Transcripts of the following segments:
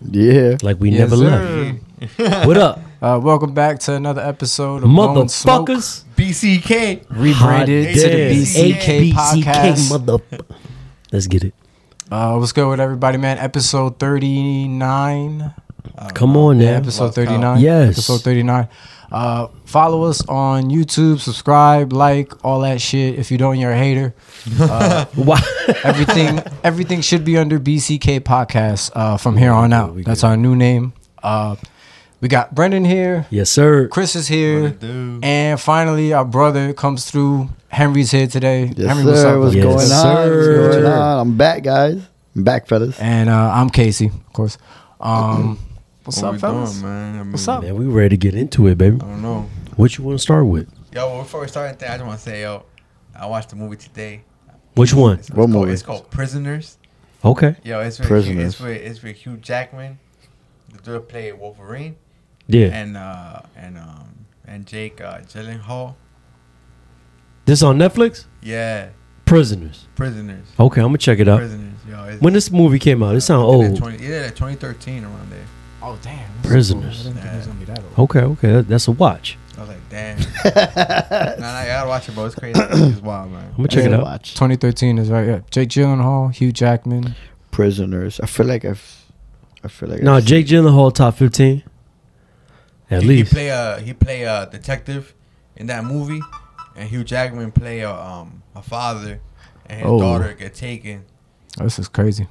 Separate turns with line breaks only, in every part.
Yeah.
Like we
Yes,
never
sir.
left. What up,
Uh, welcome back to another episode of Blowing Smoke,
motherfuckers?
BCK.
rebranded to the
damn.
BCK podcast.
mother. Let's get it.
Uh, what's good with everybody, man? Episode thirty nine.
Come on,
Yeah,
now.
episode thirty nine.
Yes.
episode thirty nine. Uh, follow us on YouTube, subscribe, like, all that shit. If you don't, you're a hater.
Why?
everything everything should be under BCK podcast uh, from here on out. That's our new name. Uh, we got Brendan here,
yes, sir.
Chris is here,
do?
and finally our brother comes through. Henry's here today.
Yes,
Henry, what's
sir.
up?
What's
Yes,
going on? What's
sir.
going on? I'm back, guys. I'm back, fellas.
and uh, I'm Casey, of course. Um, what's
What
up,
we
fellas?
doing, man? I mean,
What's up?
Man, we ready to get into it, baby.
I don't know.
What you want to start with?
Yo, well, before we start anything, I just want to say, yo, I watched a movie today.
Which one?
It's,
What
it's Called,
movie?
it's called Prisoners.
Okay.
Yo, it's with Hugh,
Prisoners.
it's with, it's with Hugh Jackman. The dude played Wolverine
Yeah.
and uh and um and Jake uh, Gyllenhaal.
This on Netflix?
Yeah,
Prisoners.
Prisoners.
Oh,
Okay, I'm gonna check it out.
Prisoners. Yo, it's,
When this movie came out, it sounded
I think that
old.
20, yeah, that 2013 around there.
Oh damn, this is
Prisoners.
cool. I didn't think it was gonna be that old.
Okay, okay, that- that's a watch.
I was like, damn. nah, nah, you gotta watch it, bro. It's crazy. It's wild, man.
I'm gonna check it
Yeah,
out.
Watch
2013 is right. Yeah, Jake Gyllenhaal, Hugh Jackman.
Prisoners. I feel like I've. I feel like.
No,
I've-
Jake Gyllenhaal top fifteen. At
he,
least.
he play a he play a detective in that movie, and Hugh Jackman play a um a father, and his
Oh.
daughter get taken.
Oh, this is crazy.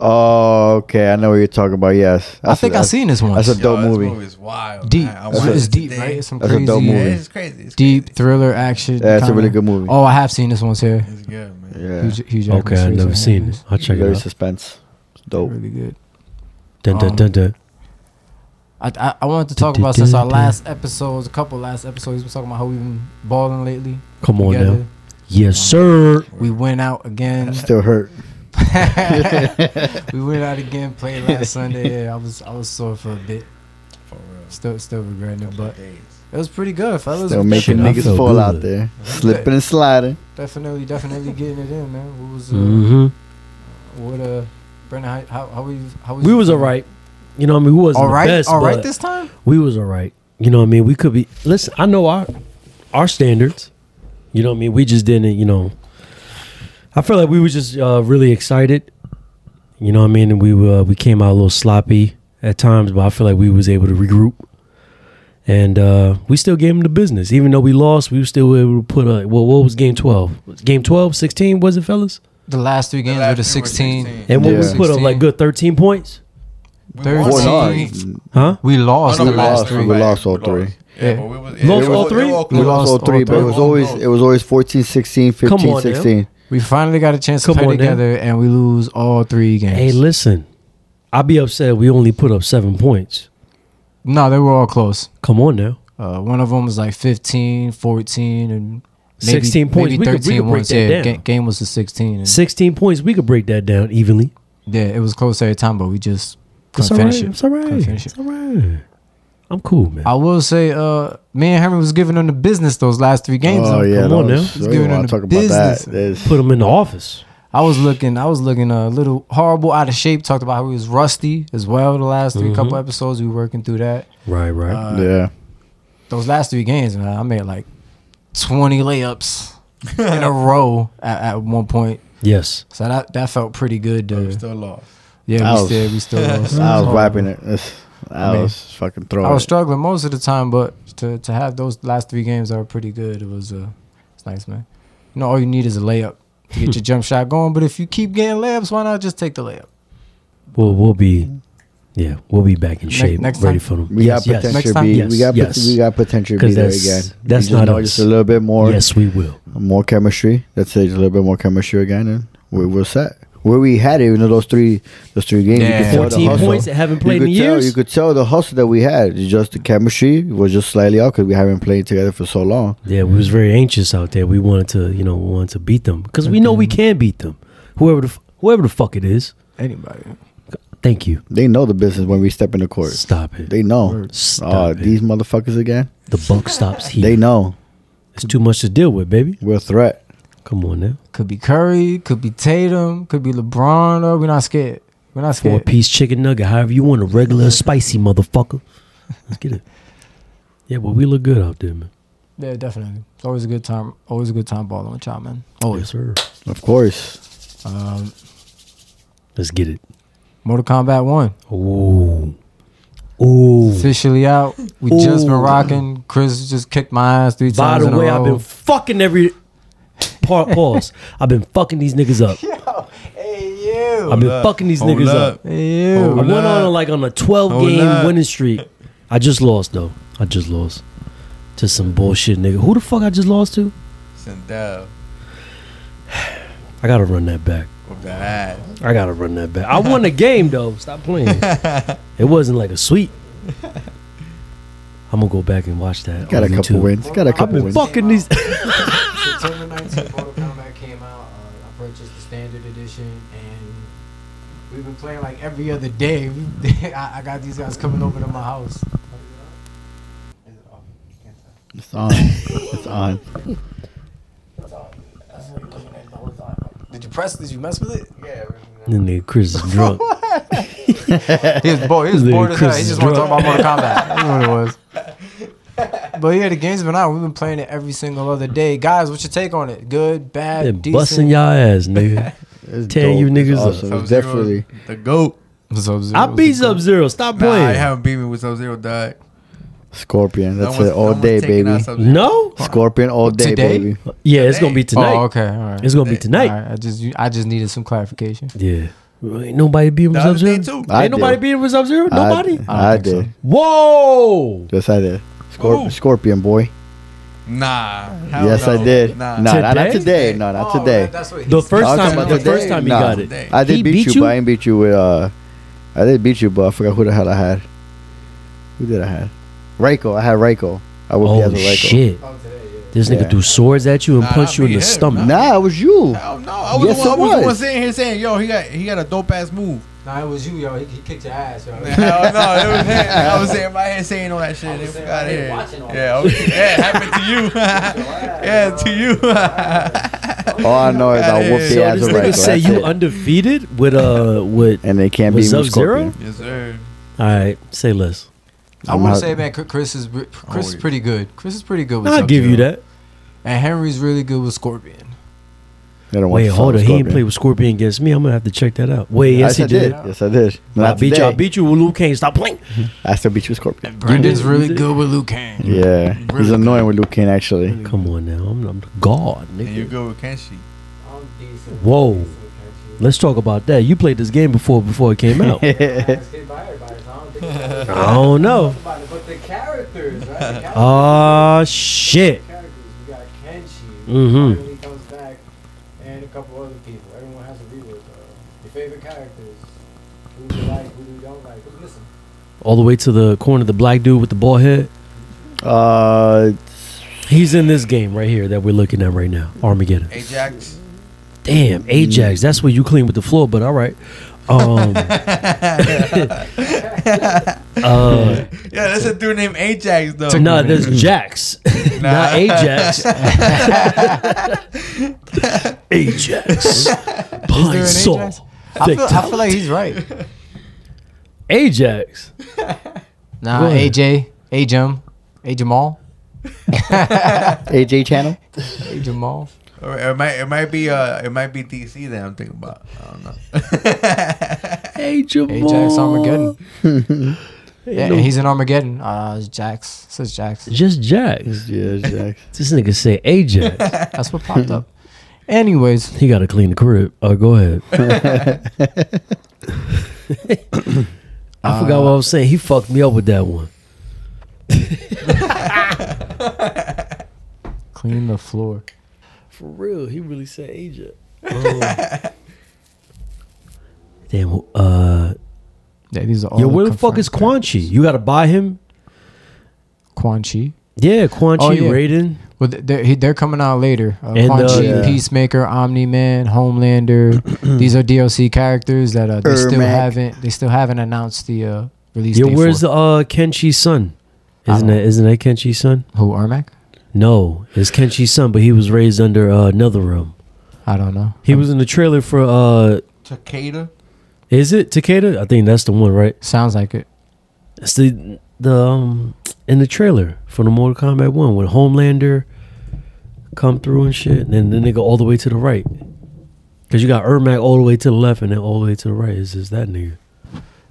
Oh, okay. I know what you're talking about. Yes.
I think
I
I've seen this one.
that's a-
Yo,
dope
this
movie.
movie is wild.
Deep.
man. I
That's
watched
a-
It's
it
deep,
today.
right? It's some
That's a
crazy,
dope
Yeah,
movie.
it's crazy. It's
deep
Crazy.
thriller action.
Yeah, it's a
kinda-
really good movie.
Oh, I have seen this one too.
It's good, man.
Yeah.
Hugh, Hugh Jackman's
Okay, I've
face
never
on
seen
hand.
it. I'll check it
Very
out.
suspense. It's dope.
Really good.
Dun, dun, dun, dun.
I, I, I wanted to talk about since our last episodes, a couple last episodes, we were talking about how we've been balling lately.
Come on
together.
now. Yes, sir.
We went out again.
Still hurt.
we went out again. Played last Sunday. Yeah, I was I was sore for a bit.
For real.
Still still regretting it, but
Days.
it was pretty good, fellas.
Still making
Shit, I
niggas
feel
fall
good.
out there, slipping and sliding.
Definitely, definitely getting it in, man. What was uh,
hmm
what uh, Brendan? How how, how we how was
We
you
was all
feeling?
right. You know what I mean? We wasn't
All
the
right,
best,
all right.
but
This time,
we was all right. You know what I mean? We could be. Listen, I know our our standards. You know what I mean? We just didn't. You know, I feel like we were just uh, really excited. You know what I mean? And we uh, we came out a little sloppy at times, but I feel like we was able to regroup, and uh, we still gave them the business. Even though we lost, we were still able to put a. Well, what was game twelve? Game 12, 16, was it, fellas?
the last three games
last
were the
three were
sixteen.
16.
And when
Yeah.
we put up like
16.
good thirteen points,
We
Third
won
Or
Well, no,
all
not.
three.
huh?
We lost
Oh,
the
no, we
last
lost
three.
We lost all
We
three.
lost. Yeah,
Yeah.
but we was-
Lost
yeah, it was-
all
it
three?
was
We
close.
lost all three, but it was always it was always 14, 16, 15,
Come on, man.
16.
We finally got a chance to
Come
play
on, man.
together, and we lose all three games.
Hey, listen, I'd be upset. if We only put up seven points.
no, they were all close.
Come on now.
Uh, one of them was like 15, 14, and maybe,
16 points.
Maybe
We could- we
13
could break
once.
that
yeah,
down.
ga- game was the 16. And,
16 points. We could break that down evenly.
yeah, it was close every time, but we just
It's
couldn't
all right.
finish it.
It's all
Couldn't
right.
finish it.
It's all right. I'm cool, man.
I will say, uh, me and Henry was giving them the business those last three games.
Oh
though.
yeah,
come
that
on
was-
now.
we
Let's give
wanna
it a
talk about that.
business.
There's-
Put them in the office.
I was looking, I was looking uh, a little horrible, out of shape. Talked about how he was rusty as well. The last 3 couple
Mm-hmm.
episodes, we were working through that.
Right, right.
Uh,
yeah,
those last three games, man, I made like 20 layups in a row at, at one point.
yes.
So that that felt pretty good.
We
To,
still lost.
yeah,
I
we
was-
still we still lost.
I
Mm-hmm.
was
So,
wiping it. It's- I,
I mean,
was fucking throwing.
I was
it.
struggling most of the time, but to to have those last three games that were pretty good. It was uh, it's nice, man. You know, all you need is a layup to get your jump shot going. But if you keep getting layups, why not just take the layup?
We'll we'll be. Yeah, we'll be back in shape,
next
ready
time.
for them.
We
yes,
got
yes,
potential.
Next time,
be,
yes,
we got pot-
yes.
we got potential. to
'Cause
Be there
that's-
again. We
that's
just
not
know
us.
Just a little bit more.
yes, we will.
more chemistry. Let's say just a little bit more chemistry again, and we we're set. Where we had it, even though those three, those three games, you
Yeah.
could tell the
14
hustle.
points that haven't
You
played in
could tell,
years.
You could tell the hustle that we had. It's just the chemistry was just slightly out because we haven't played together for so long.
Yeah, we was very anxious out there. We wanted to, you know, we wanted to beat them because we know we can beat them. Whoever the f- whoever the fuck it is.
Anybody?
Thank you.
They know the business when we step in the court.
Stop it.
They know.
Word.
Oh,
Stop it.
these motherfuckers again.
the buck stops here.
They know
It's too much to deal with, baby.
we're a threat.
Come on now.
Could be Curry. Could be Tatum. Could be LeBron. Or uh, we're not scared. We're not
Four
scared.
piece chicken nugget, however you want, a regular spicy motherfucker. Let's get it. Yeah, but we look good out there, man.
Yeah, definitely. It's always a good time. Always a good time balling with y'all, man.
yes, sir.
Of course.
Um,
Let's get it.
Mortal Kombat One
Ooh. Ooh.
officially out. We just been
Ooh.
rocking. Chris just kicked my ass three
By
times
the
in
way,
a
I've
row.
been fucking every. Pa- Pause. I've been fucking these niggas up.
hey you.
I've been
Hold up.
fucking these
Hold
niggas up.
up.
Hey you.
I
Hold
went
up.
on like on a 12
Hold
game
up.
winning streak. I just lost though. I just lost to some bullshit nigga. Who the fuck I just lost to?
Sandel
I gotta run that back.
with the ass.
I gotta run that back. I won the game though. Stop playing. it wasn't like a sweep. I'm gonna go back and watch that.
Got a
on
couple
YouTube.
wins. Got a
I've
couple
been
wins.
fucking these.
September 19th, Mortal Kombat came out. Uh, I purchased the standard edition, and we've been playing like every other day. We, I, I got these guys coming over to my house.
It's on. It's on.
Did you press? Did you mess with it?
Then nigga Chris is drunk.
He was bored. He was
Dude,
bored as hell.
Chris
He
is
just wanted to talk about Mortal Kombat. That's what it was. But yeah, the game's been out. We've been playing it every single other day. Guys, what's your take on it? Good, bad,
They're
decent.
busting y'all ass, nigga.
It's
Tearing you
dope. It's
niggas up.
awesome. It's definitely.
the goat.
I beat Sub Zero. Stop
Nah, I
playing.
haven't beat me with Sub Zero, dog.
Scorpion. That's
Someone's-
it all
someone's
day,
taking
baby.
out Sub-Zero.
no.
Scorpion all day,
Today?
baby.
Yeah, it's gonna be tonight.
Oh, okay. All right.
It's gonna be tonight.
All right. I just, you- I just needed some clarification.
Yeah. Ain't nobody beat him
The
with
other
Sub
day
Zero.
too.
I
Ain't nobody
did.
beat him with Sub Zero.
I-
Nobody.
I,
I don't think
did.
Whoa.
Yes, I did. Scorp-
Ooh.
Scorpion boy.
Nah. hell
yes,
no.
I did.
Nah.
Nah, not- not
Today?
today. No, not
Oh,
today.
that's what
The first
I was
time,
talking
the
about
first
today.
time he
Nah.
got it.
Today.
I did
He
beat,
beat
you,
you?
but I didn't beat you with. uh I did beat you, but I forgot who the hell I had. Who did I have? Raiko. I had Raiko. I whooped
Oh
the ass with Raiko.
shit! This nigga
Yeah.
threw swords at you and
Nah,
punched you in
I
the
beat him.
stomach.
Nah, it was you.
Hell no. I was,
Yes,
the, one, I
it
was the one
was.
sitting here saying, yo, he got he got a dope ass move.
Nah, it was you, yo. He, he kicked your ass, yo.
Hell no, it was him. I was saying my head saying all that shit. I
was sitting
forgot
right here
it.
watching all
Yeah, okay. yeah, it happened to you. yeah, to you.
All I know is I
Yeah,
whooped
yeah,
the
yeah.
ass
This
with
nigga
Raiko.
say
That's
you
it.
undefeated with uh with.
and they can't
Was
beat me. with
Sub-Zero?
Scorpion.
yes, sir.
All right, say less.
I
I'm
want
not-
to say, man, Chr- Chris is re- Chris
Oh,
is
yeah.
pretty good. Chris is pretty good with.
I'll give you
Sub-Zero.
that.
And Henry's really good with Scorpion.
They don't want
Wait,
to
hold
fight
on. He ain't
Scorpion.
played with Scorpion against me. I'm gonna have to check that out. Wait,
Yes,
yes, he
I did.
did.
Yes, I did.
I
Not
beat you. I
today.
beat you with Luke Kane. Stop playing.
I still beat you, with Scorpion.
Brendan's
did- you
really
did.
good with Luke Kang.
Mm-hmm.
Yeah, he's
Really?
annoying with Luke Kane actually.
Come on now, I'm, I'm the god,
And you
nigga.
go with Kenshi.
Whoa. Let's talk about that. You played this game before before it came out.
Uh,
I don't know.
But the characters, right?
Oh shit.
characters. You got Kenshi,
Mhm.
finally comes back, and a couple other people. Everyone has a rework. Uh, your favorite characters. Who you like, who you don't like. Who's missing?
All the way to the corner, the black dude with the bald head.
Uh,
He's in this game right here that we're looking at right now. Armageddon.
Ajax.
Damn, Ajax. That's where you clean with the floor, but all right. Um, uh,
Yeah, that's a dude named Ajax though.
no, there's Jax, not Ajax. Ajax. Pine
Is there an
saw.
Ajax? I feel, I feel like he's right.
Ajax.
Nah,
Go ahead.
AJ, AJM, AJamal,
AJ channel.
AJamal.
Or it might it might be uh it might be DC that I'm thinking about. I don't know.
Ajax.
Ajax Armageddon. Yeah,
no-
and he's in Armageddon. Uh, it's Jax. It says Jax.
Just Jax.
Yeah, Jax.
This nigga say Ajax.
That's what popped up. Anyways,
he got to clean the crib. Uh, go ahead. I forgot what I was saying. He fucked me up with that one.
clean the floor.
For real, he really said Ajax. Damn. who- Uh,
Yeah, these are all.
yo, where the fuck is Quan
confirmed
Chi? You got to buy him.
characters. Quan Chi?
Yeah, Quan Chi,
Oh, yeah.
Raiden.
Well, th- they're, he- they're coming out later. Uh,
And,
Quan
uh,
Chi,
Yeah.
Peacemaker, Omni Man, Homelander. these are DLC characters that uh, they still
Ermac.
haven't. They still haven't announced the uh, release
Yo,
date.
where's
for.
the uh, Kenshi's son?
I
Isn't
don't
that isn't that Kenshi's son?
who Ermac?
No, it's Kenshi's son, but he was raised under uh, another room.
I don't know.
He was in the trailer for uh,
Takeda.
Is it Takeda? I think that's the one, right?
Sounds like it.
It's the the um, in the trailer for the Mortal Kombat one when Homelander come through and shit, and then, then they go all the way to the right. Cause you got Ermac all the way to the left and then all the way to the right is just that nigga.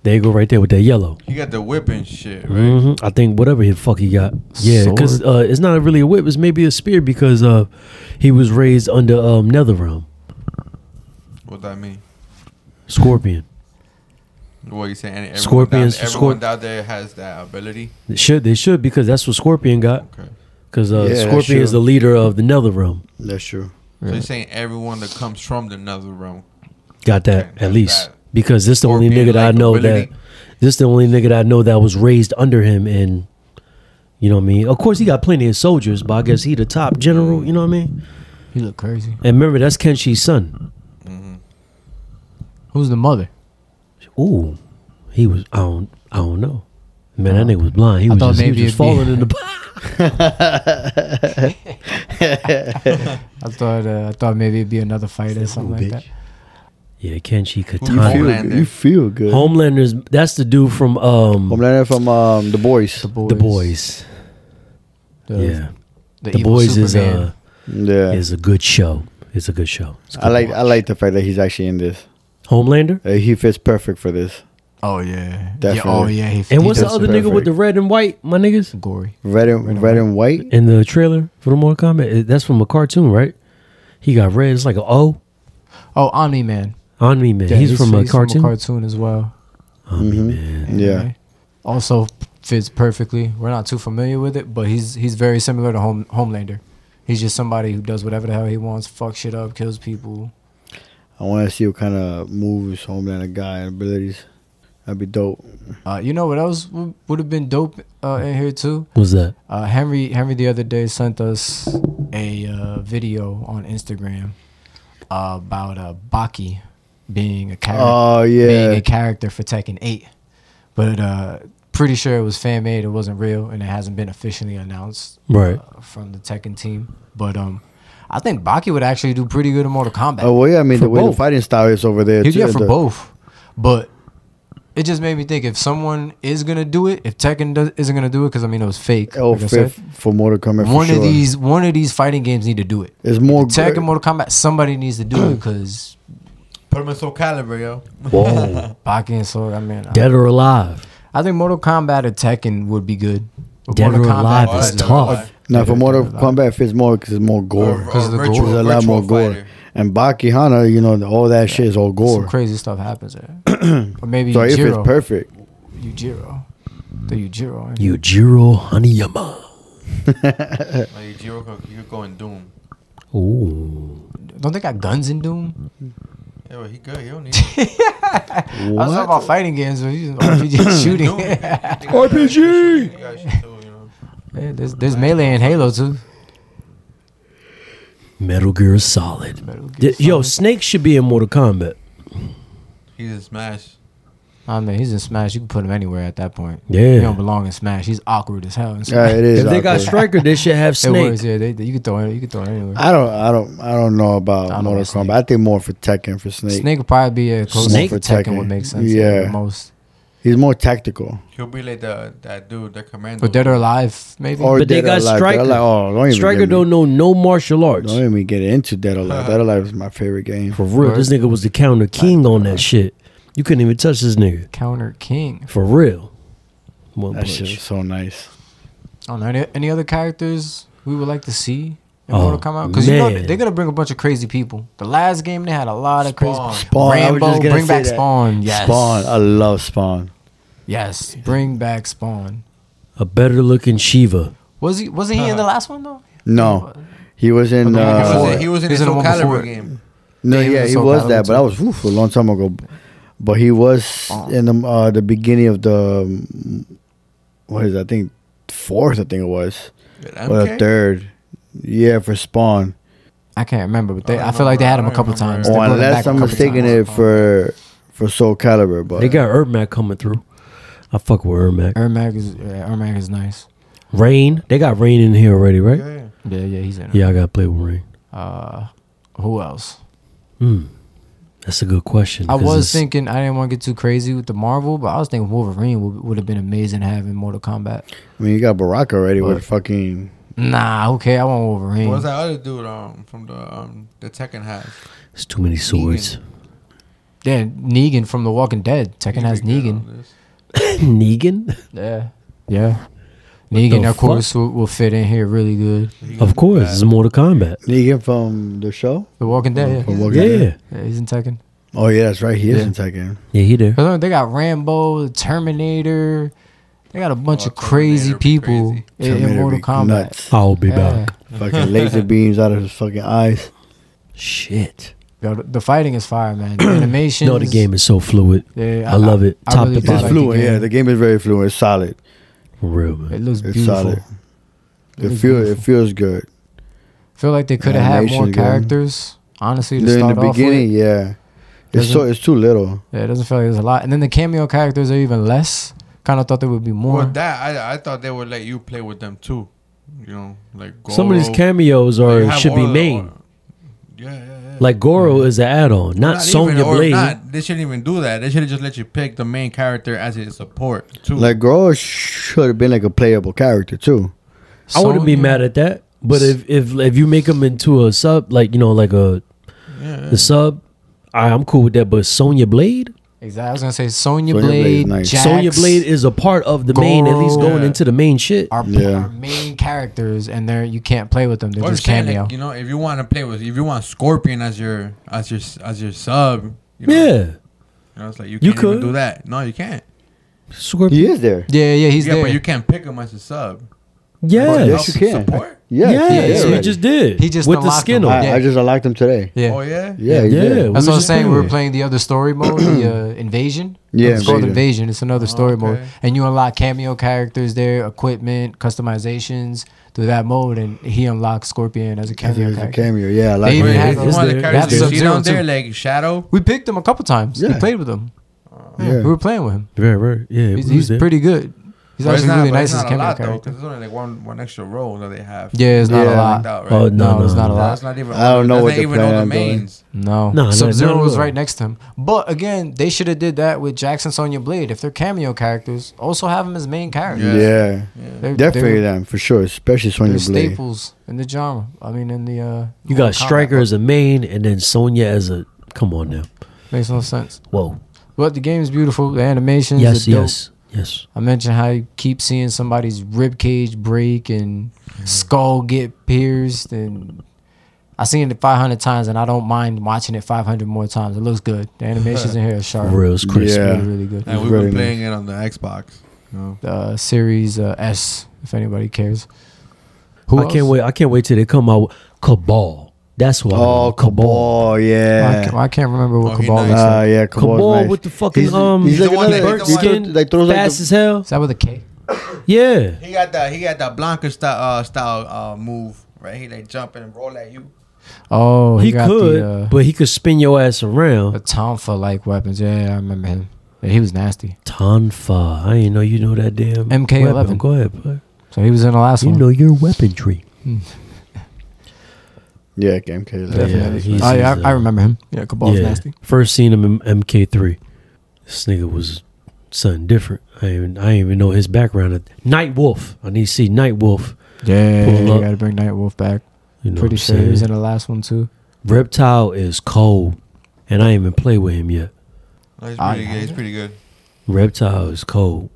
They go right there with that yellow.
He got the whip and shit, right?
hmm I think whatever the fuck he got. Yeah, because uh, it's not really a whip. It's maybe a spear because uh, he was raised under um, Netherrealm,
What that mean?
Scorpion.
What you saying? Everyone
Scorpions-
Down, everyone
Scorp-
down there has that ability.
They should. They should because that's what Scorpion got.
Okay.
Because uh,
Yeah, that's
Scorpion is
true.
the leader of the Netherrealm.
That's true.
So you're
Right.
saying everyone that comes from the nether realm.
Got that
Okay,
at
that's
least
bad.
because this the only
Scorpion
nigga that I
like
know
ability.
that this the only nigga that I know that was raised under him and you know what I mean. Of course, he got plenty of soldiers, but I guess he the top general. You know what I mean.
He look crazy.
And remember, that's Kenshi's son.
Who's the mother?
Ooh, he was. I don't. I don't know. Man, that nigga was blind. He was
thought
just, he was
maybe
just
it'd be-
falling in the.
I thought uh, I thought maybe it'd be another fight or something like
bitch.
that.
yeah, Kenshi
You
Homelander.
feel
Katana.
good. You feel good.
Homelander's. That's the dude from um
Homelander from um, the boys.
The boys.
the boys.
The,
yeah,
The,
the
evil
boys is uh,
Superman.
a
Yeah,
is a good show. It's a good show. It's a
I
good
like
one.
I like the fact that he's actually in this.
Homelander.
Uh, he fits perfect for this.
Oh yeah. Yeah.
Definitely.
Oh yeah. He,
And
he
what's the
does
other
look
nigga with
perfect.
the red and white, my niggas?
gory?
Red and red, and white.
In the trailer for the Mortal Kombat, eh, that's from a cartoon, right? He got red. It's like a O
Oh, Omni Man.
on me, man. he's, from a cartoon.
cartoon as well.
On me,
Mhm.
man.
Yeah,
Right? Also fits perfectly. We're not too familiar with it, but he's he's very similar to Home Homelander. He's just somebody who does whatever the hell he wants, fuck shit up, kills people.
I want to see what kind of moves Homelander got and abilities. That'd be dope.
Uh, you know what else would have been dope uh, in here too?
What's that?
Uh, Henry Henry the other day sent us a uh, video on Instagram about uh, Baki being a character.
Oh
being
yeah,
a character for Tekken 8. But uh, pretty sure it was fan made, it wasn't real, and it hasn't been officially announced
Right.
uh, from the Tekken team. But um, I think Baki would actually do pretty good in Mortal Kombat.
Oh well, yeah. I mean,
For
the way
both.
the fighting style is over there.
He'd
too,
get for
the-
both. But it just made me think if someone is going to do it, if Tekken does, isn't going to do it, because I mean, it was fake.
Oh,
like I said,
for, for Mortal Kombat. for
one
sure.
of these one of these fighting games need to do it.
It's more
Tekken Mortal Kombat, somebody needs to do it because
Put him in Soul Calibur, yo.
Whoa.
Baki and Sword, I mean, I-
Dead or alive?
I think Mortal Kombat or Tekken would be good. But
Dead or
Mortal uh,
alive
Kombat
is
is
tough.
alive.
Now for
Yeah,
Mortal
yeah, yeah.
Kombat, it fits more because it's more gore.
Or-
'Cause
or
of the
virtual-
gore.
There's a lot
virtual
more gore.
fighter.
And Baki Hana, you know, all that shit is all
Some
gore.
crazy stuff happens there. or maybe
So if it's
Yujiro.
perfect,
Yujiro. The Yujiro. ain't it?
Yujiro Hanayama.
Like Jiro, could- you could go in Doom.
Ooh.
Don't they got guns in Doom?
Yeah, but he good. He don't need it.
I was talking about fighting games, but you RPG shooting.
Doom.
yeah,
RPG. You got shit too, you know.
there's, there's melee in Halo too.
Metal Gear Solid.
Metal Gear
D- Yo,
Solid.
Snake should be in Mortal Kombat.
He's in Smash.
I mean, Oh, he's in Smash. You can put him anywhere at that point. He
Yeah.
don't belong in Smash. He's awkward as hell. In
yeah,
Smash.
it is.
If they got
awkward.
Striker, they should have
It
Snake.
works, yeah. They, they- you can throw it. You can throw it anywhere.
I don't, I don't, I don't know about
I don't know
Mortal
about Snake.
Kombat. I think more for Tekken for Snake.
Snake would probably be a close
Snake
Snake for
for
Tekken,
Tekken.
would make sense.
Yeah.
the most.
He's more tactical.
He'll be like the that dude, the commander.
But Dead or Alive, maybe.
Or
But they
Dead
got
or Alive. Dead or
Striker.
Alive- Oh, don't even
Striker
get me-
don't know no martial arts.
Don't even get into Dead or Alive. Dead or Alive is my favorite game.
For real, this nigga was the counter king on that shit. You couldn't even touch this nigga.
Counter King.
For real. One
That shit was
punch.
so nice.
I don't know. Any, any other characters we would like to see in
Oh,
Mortal Kombat? Because you know
man.
they're gonna bring a bunch of crazy people. The last game they had a lot of
Spawn.
crazy.
Spawn. I was
Rambo,
just gonna
bring
say
back
that.
Spawn. Yes.
Spawn. I love Spawn.
Yes. Bring back Spawn.
A better looking Shiva.
Was he? Wasn't he in the last one though?
No, he was
But
in.
the one
he, was
Uh,
in, he was in
He's
the
in the
Soul
one before
Calibur
it.
game.
No,
Damon
yeah,
was
he
so
was
bad
that,
with
but
it.
I was oof, a long time ago. But he was
Oh.
in the uh, the beginning of the um, what is that, I think fourth I think it was or the
Okay.
third. Yeah, for Spawn.
I can't remember, but they.
Oh, I
I,
don't
feel like they had him
remember.
a couple
I don't
times.
remember.
They
Or
brought him back
Oh, unless
a
I'm
couple
mistaken,
times.
it for for Soul Calibur, but
They got Ermac coming through. I fuck with Ermac.
Ermac is yeah, Ermac is nice.
Rain. They got Rain in here already, right?
Yeah, yeah.
Yeah, yeah, he's in. it.
Yeah, I gotta play with Rain.
Uh, who else?
Mm. That's a good question.
I
'cause
was
it's-
thinking I didn't want to get too crazy with the Marvel, but I was thinking Wolverine would, would have been amazing having Mortal Kombat.
I mean, you got Barack already
What?
with fucking.
Nah, okay, I want Wolverine.
What was that other dude um from the um the Tekken half?
it's too many swords.
Yeah, Negan from The Walking Dead. Tekken has
He'd be good
Negan.
on this.
Negan,
Yeah, yeah.
the
Negan, of
fuck?
course, will, will fit in here really good.
He
of
can-
course, it's Mortal Kombat.
Negan from the show?
The Walking Dead. Yeah,
From Walking
Yeah,
Dead?
yeah,
yeah he's in Tekken.
Oh, yeah, that's right. He is
Yeah.
in Tekken.
yeah. He there.
'Cause look, They got Rambo, the Terminator. They got a bunch
Oh,
of crazy
Terminator be
people
crazy.
in- in,
Terminator
Mortal
be
Kombat.
nuts.
I'll be
Yeah.
back.
fucking laser beams out of his fucking eyes.
Shit.
Yo, the- the fighting is fire, man. The animation.
No, the game is so fluid.
Yeah,
I love it.
I
Top
really
to
do
It's
bottom.
like the
fluent, yeah.
game.
The game is very fluent. It's solid.
For real, man.
It looks
It's
beautiful.
solid. It feels it
It's beautiful.
feels good.
Feel like they could have had more
Animation's good.
characters. Honestly, to
During the
start off
beginning,
with.
yeah, it's
Doesn't-
so it's too little.
yeah, it doesn't feel like there's a lot. And then the cameo characters are even less. Kind of thought there would be more.
Well, that I I thought they would let you play with them too. You know, like Goro.
Some of these cameos
Like,
are
have
should
all
be
the-
main.
Yeah, yeah, yeah.
Like Goro is an add-on, not,
Not
Sonya
even- or
Blade.
not, they shouldn't even do that. They should have just let you pick the main character as his support too.
Like Goro should have been like a playable character too.
I wouldn't be
Sonya-
mad at that. But if if if you make him into a sub, like you know, like a
yeah,
the sub, I, I'm cool with that. But Sonya Blade,
Exactly. I was gonna say
Sonya
Sonya
Blade
Blade.
is nice.
Jax
Sonya Blade is a part of the main, at least
Goro.
going into the main shit.
are,
Yeah.
are main characters, and they're you can't play with them. They're
Or
just
saying, like,
cameo.
you know, if you want to play with, if you want Scorpion as your as your as your sub, you know, you
Yeah,
know, it's like you
You
can't even
could.
do that. No, you can't.
Scorpion.
He is there.
yeah, yeah, he's
yeah,
there.
but you can't pick him as a sub.
Yeah.
Or
Yes,
help
you can.
Support?
Yes,
yeah,
yes,
yeah.
we just did.
He just
with the
unlocked
skin
them.
on.
I,
Yeah.
I just unlocked him today.
yeah.
Oh yeah.
Yeah, yeah. yeah.
Yeah, we
That's what I'm
just
saying. We were
it.
playing the other story mode, the uh, invasion.
Yeah,
it's called
Invasion.
invasion. It's another story
okay.
mode, and you unlock cameo characters there, equipment, customizations through that mode, and he unlocks Scorpion as a
I
cameo
think it's a
character.
cameo. Yeah, I like
They even
it.
had-
Wait, is one of the
there-
characters
that's
you see
Sub-Zero
down there,
too.
like Shadow.
We picked him a couple times. We
Yeah.
played with him. Yeah,
Yeah.
we were playing with him.
Very, very. Yeah, we
He's,
was
he's
there.
pretty good. He's
But it's
actually
not-
really
but
nice
it's
as a
not a
cameo
lot though,
character.
because it's only like one one extra role that they have.
Yeah, it's not
Yeah.
a lot.
Out, right?
Oh no,
No,
no,
it's not
no.
a lot.
That's not even.
I don't know
that's
what
not
the
even all the
plan, though.
mains.
No,
No, no,
Sub
not
Zero
at
was
all.
right next to him. But again, they should have did that with Jackson, Sonya Blade. If they're cameo characters, also have him as main character.
Yeah,
Yeah.
They're,
definitely
they're,
them for sure. Especially Sonya
they're
Blade.
staples in the genre. I mean, in the uh,
You got
Mortal Kombat.
Striker as a main, and then Sonya as a. Come on now.
Makes no sense.
Whoa.
But the game is beautiful. The animations.
Yes,
are dope.
yes, yes.
I mentioned how you keep seeing somebody's rib cage break and
Mm-hmm.
skull get pierced, and I seen it 500 times, and I don't mind watching it 500 more times. It looks good. The animations in here are sharp.
For real, it's crisp.
Yeah.
really, really good.
And we've
Very
been
nice.
playing it on the Xbox. You know.
uh, Series uh, S, if anybody cares. Who
I
else?
can't wait. I can't wait till they come out. with Cabal. That's why.
Oh, Cabal.
I
Yeah.
can't, I can't remember what
Oh, he
Cabal looks
nice.
like.
Uh,
Ah, yeah. Cabal's
Cabal
nice.
with the fucking
He's-
um.
he's like
the one
another-
that-
burnt
he's the one
skin,
that- like, throws like
fast
the-
as hell.
Is that with a K?
Yeah.
He got that. He got that Blanca style uh, style uh, move. Right, he like jump and roll at you.
Oh, he,
he
got
could,
the, uh,
but he could spin your ass
the
around.
Tomfa like weapons. Yeah, yeah, I remember him. Yeah, he was nasty.
Tonfa. I didn't know you know that damn
MK11.
weapon. Go ahead, bud.
So he was in the last
You
one.
know your weaponry.
Yeah, game K.
Yeah, he's-
oh, yeah,
he's,
I, I
uh,
remember him. Yeah, Cabal's
yeah.
nasty.
First seen him in MK3. This nigga was something different. I ain't even, I ain't even know his background. Night Wolf. I need to see Night Wolf.
Yeah,
Pull
you
up.
got to bring Nightwolf back.
You know
Pretty
what I'm
sure he was
saying?
in the last one too.
Reptile is cold, and I ain't even play with him yet.
No, he's
Ah,
pretty
yeah.
good. He's pretty good.
Reptile is cold.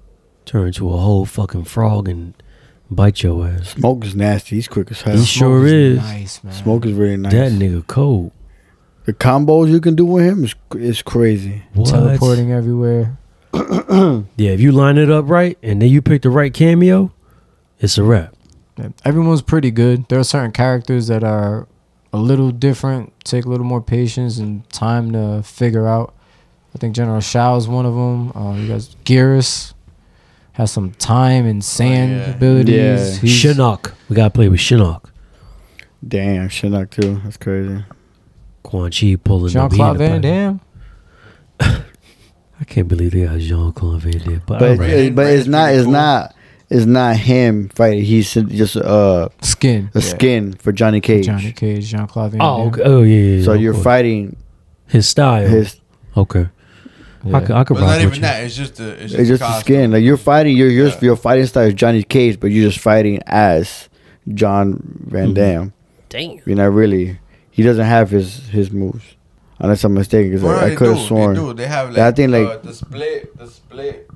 Turn into a whole fucking frog and bite your ass.
Smoke is nasty. He's quick as hell.
He's- Sure
Smoke
is.
Nice man.
Smoke is really nice.
That nigga cold.
The combos you can do with him is is crazy.
What?
teleporting everywhere.
Yeah, if you line it up right and then you pick the right cameo, it's a wrap.
Yeah, Everyone's pretty good. There are certain characters that are a little different, take a little more patience and time to figure out. I think General Shao is one of them. Uh, you guys, Gearus has some time
Oh,
and sand
yeah.
abilities.
Yeah.
He's-
Shinnok. We gotta play with Shinnok.
Damn, Shinnok too. That's crazy.
Quan Chi pulling the
Jean-Claude Van Damme.
I can't believe they got Jean Claude Van Damme. But,
But
all right.
it- but it's not it's not it's not him fighting. He's just uh,
Skin.
a skin for Johnny Cage.
Johnny Cage, Jean-Claude Van Damme.
oh, okay. oh yeah, yeah, yeah,
So
of
you're
course.
fighting
his style.
His,
okay,
Yeah.
I could, I could
But it's
rock
not
with
even
you.
that. It's just the it's just,
it's just the
costume.
skin. Like you're fighting, you're you're,
Yeah.
your fighting style is Johnny Cage, but you're just fighting as John Van
Mhm.
Damme.
Damn.
You're not really. He doesn't have his his moves, unless I'm mistaken. Because
Well, no,
I,
they
could have
do,
sworn.
They do. They have like,
That thing,
uh,
like-
the split, the split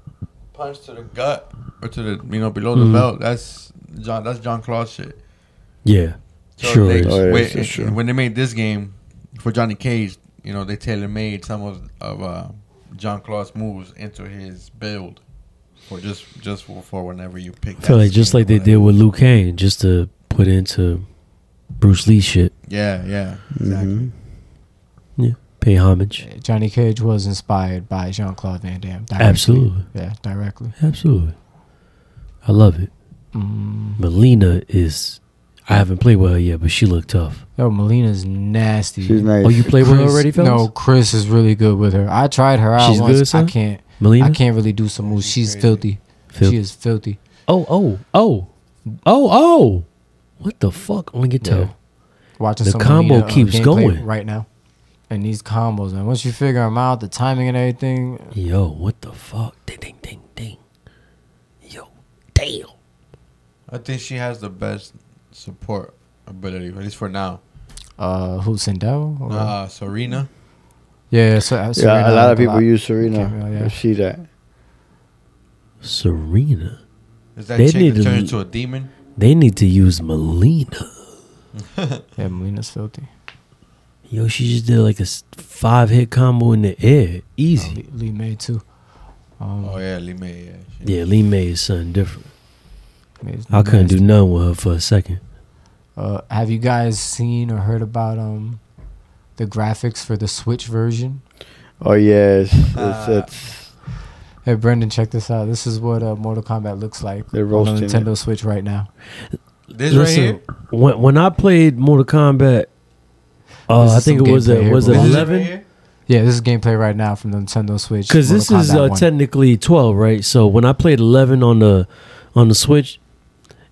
punch to the gut or to the you know below
Mm-hmm.
Mhm.
the belt. That's John. That's John Claude shit.
Yeah, sure.
They,
is.
Oh, yeah,
when,
that's true.
when they made this game for Johnny Cage, you know they tailor made some of of uh, John Claude's moves into his build. For just just for, for whenever you pick.
I feel
that
like just
skin,
like they
whatever.
did with Luke Kane, just to put into Bruce Lee shit,
Yeah, yeah, exactly.
Mhm.
pay homage.
Johnny Cage was inspired by Jean Claude Van Damme. directly.
Absolutely,
Yeah, directly.
absolutely. I love it.
Mm.
Melina is. I haven't played with her yet, but she looked tough.
Yo, Melina's nasty.
She's nice.
Oh, you played with her
Chris-
already, fellas?
No, Chris is really good with her. I tried her out
She's
once.
good, son?
I can't.
Melina.
I can't really do some moves. She's
Crazy.
filthy.
Fil-
She is filthy.
Oh, oh, oh, oh, oh. What the fuck on your toe?
Watching
The
some
combo
Melina, uh,
keeps
gameplay
going.
right now. And these combos, man. Once you figure them out, the timing and everything.
Yo, what the fuck? Ding, ding, ding, ding. Yo, damn.
I think she has the best support ability, at least for now.
Uh, who Sindel? Or-
Uh, Serena.
yeah, so, uh,
yeah,
Serena,
a lot of
like,
people use Serena.
Cameo, yeah.
I see that.
Serena.
Is that
They
chick
need
that
to-
turns into a demon?
They need to use Melina.
Yeah, Melina's filthy.
Yo, she just did like a five hit combo in the air.
Uh,
Easy.
Lee, Lee May too. Um,
Oh yeah, Lee May. Yeah. she-
Yeah, Lee May is something different.
May's
I couldn't do
nasty.
nothing with her for a second.
Uh, have you guys seen or heard about um the graphics for the Switch version?
Oh yes, it's,
Uh,
it's
Hey, Brendan, check this out. This is what uh, Mortal Kombat looks like
They're
on the
roasting it.
Nintendo Switch right now.
This
Listen,
right here.
When when I played Mortal Kombat,
This
uh, I
is
think it
some
was
gameplay
a,
here,
was
bro.
it
This is it
eleven?
right here?
Yeah, this is gameplay right now from the Nintendo Switch.
Because this
Mortal
is
Kombat
uh,
1.
technically twelve, right? So when I played eleven on the on the Switch,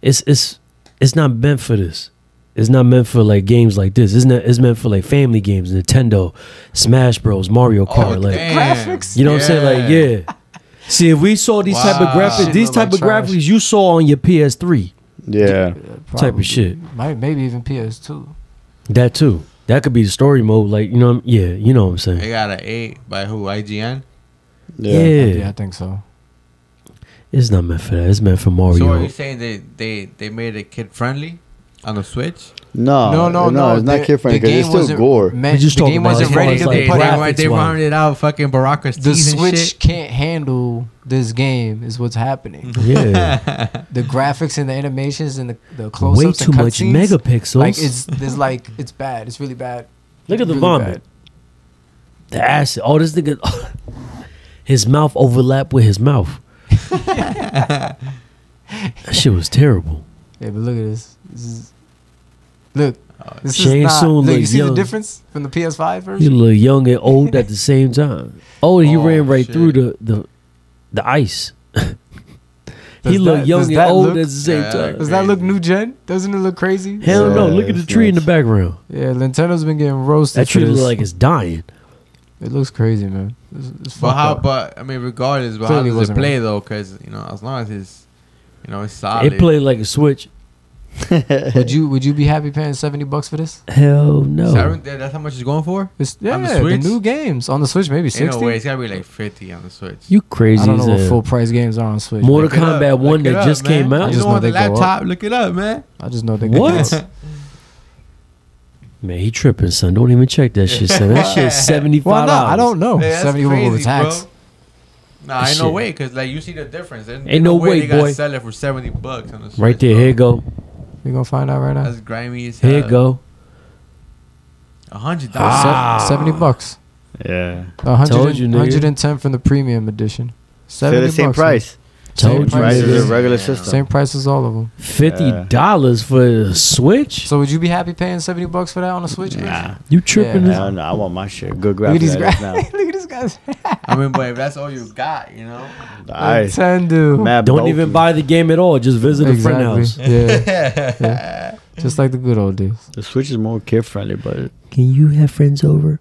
it's it's it's not meant for this. It's not meant for like games like this. It's not. It's meant for like family games, Nintendo, Smash Bros,
Oh,
Mario Kart. like
Oh, damn.
graphics.
you know what I'm saying? Like yeah. See, if we saw these type of
Wow.
graphics,
Shit
these
look
type
like
of
trash.
graphics you saw on your PS3,
yeah.
Uh,
type
probably.
of shit.
Might, maybe even PS2.
That too. That could be the story mode. Like you know, what I'm- yeah, you know what I'm
I
saying.
got an eight by who? IGN.
Yeah.
Yeah.
yeah I think so.
It's not meant for that. It's meant for
So are
Mario.
you saying they they they made it kid friendly on the Switch?
Oh, No,
no, no, no.
It's not kid friendly because it's still
wasn't
gore.
We
Meant,
just
the
talking
game
about
wasn't
it.
ready
It's
to
like
be
they,
put
graphics
out.
they, they
wise.
rounded out fucking Baraka's
The
teeth
Switch
and shit.
can't handle this game. Is what's happening.
yeah,
the graphics and the animations and the, the close
Mm-hmm. way
ups
too much megapixels.
Like it's there's like it's bad. It's really bad.
Look at the
Really
vomit. The acid. Oh, this nigga. his mouth overlapped with his mouth. that shit was terrible.
Yeah, but look at this. this is, look,
Uh,
this
Shang
is not.
Tsung
Look, you
looks
see
young.
the difference from the PS5
He
version.
looked young and old at the same time. Oh, he
Oh,
ran right
shit.
through the the, the ice. he
Does
looked
that- does
young and
that
old
look-
at the same
Yeah.
time.
Does that look new gen? Doesn't it look crazy?
Hell no!
Yeah,
Look at the
it's
tree in the
nuts.
background.
Yeah, Nintendo's been getting roasted.
That
for
tree
this.
looks like it's dying.
it looks crazy, man. It's, it's
But
fucked
how?
up.
But I mean, regardless, but how
Clearly
does it
wasn't
play though? Because you know, as long as it's you know it's solid.
It played like a switch.
Would you would you be happy paying seventy bucks for this?
Hell no!
Seven- that- that's how much it's going for.
It's yeah,
On the
the,
Switch?
new games on the Switch maybe
Ain't no
sixty.
way, it's gotta be like fifty on the Switch.
You crazy
I don't know
as
what
hell.
full price games are on Switch.
Mortal
Look it up,
Kombat
look
One
it
that
up,
just
man.
came out.
You
just
know,
know
on the
they go up.
laptop. Look it up, man.
I just know they
What? Man, he tripping, son. Don't even check that shit, son. That shit's seventy five.
Well, no, I don't know.
Man, that's
Seventy one with
crazy,
tax.
bro. Nah, ain't no
Shit.
way, cause like you see the difference. There's,
Ain't no way,
they gotta
boy.
Sell it for seventy bucks on the Switch,
Right there.
bro.
Here you go.
We gonna find out right now.
That's grimy as hell.
Uh,
Here you go.
A hundred
Ah.
dollars.
Se- Seventy bucks.
yeah.
A hundred
Told
and-
you, nigga.
hundred and ten from the premium edition.
They're
Seventy
the same
bucks,
price.
Told you.
price
Price
as
is
the
a regular
Same
system.
Same price as all of them.
Fifty dollars for a switch?
So would you be happy paying seventy bucks for that on a Switch? Chris?
Nah,
You tripping?
Yeah.
as-
nah, nah, I want my shit. Good
Look at
graphics
these
like
guys.
now.
Look at these guys.
I mean, but if that's all you got, you know.
Aight.
Nintendo.
Mad
Don't
bulky.
even buy the game at all. Just visit a friend house.
Yeah. yeah. Just like the good old days.
The Switch is more kid friendly, but
Can you have friends over?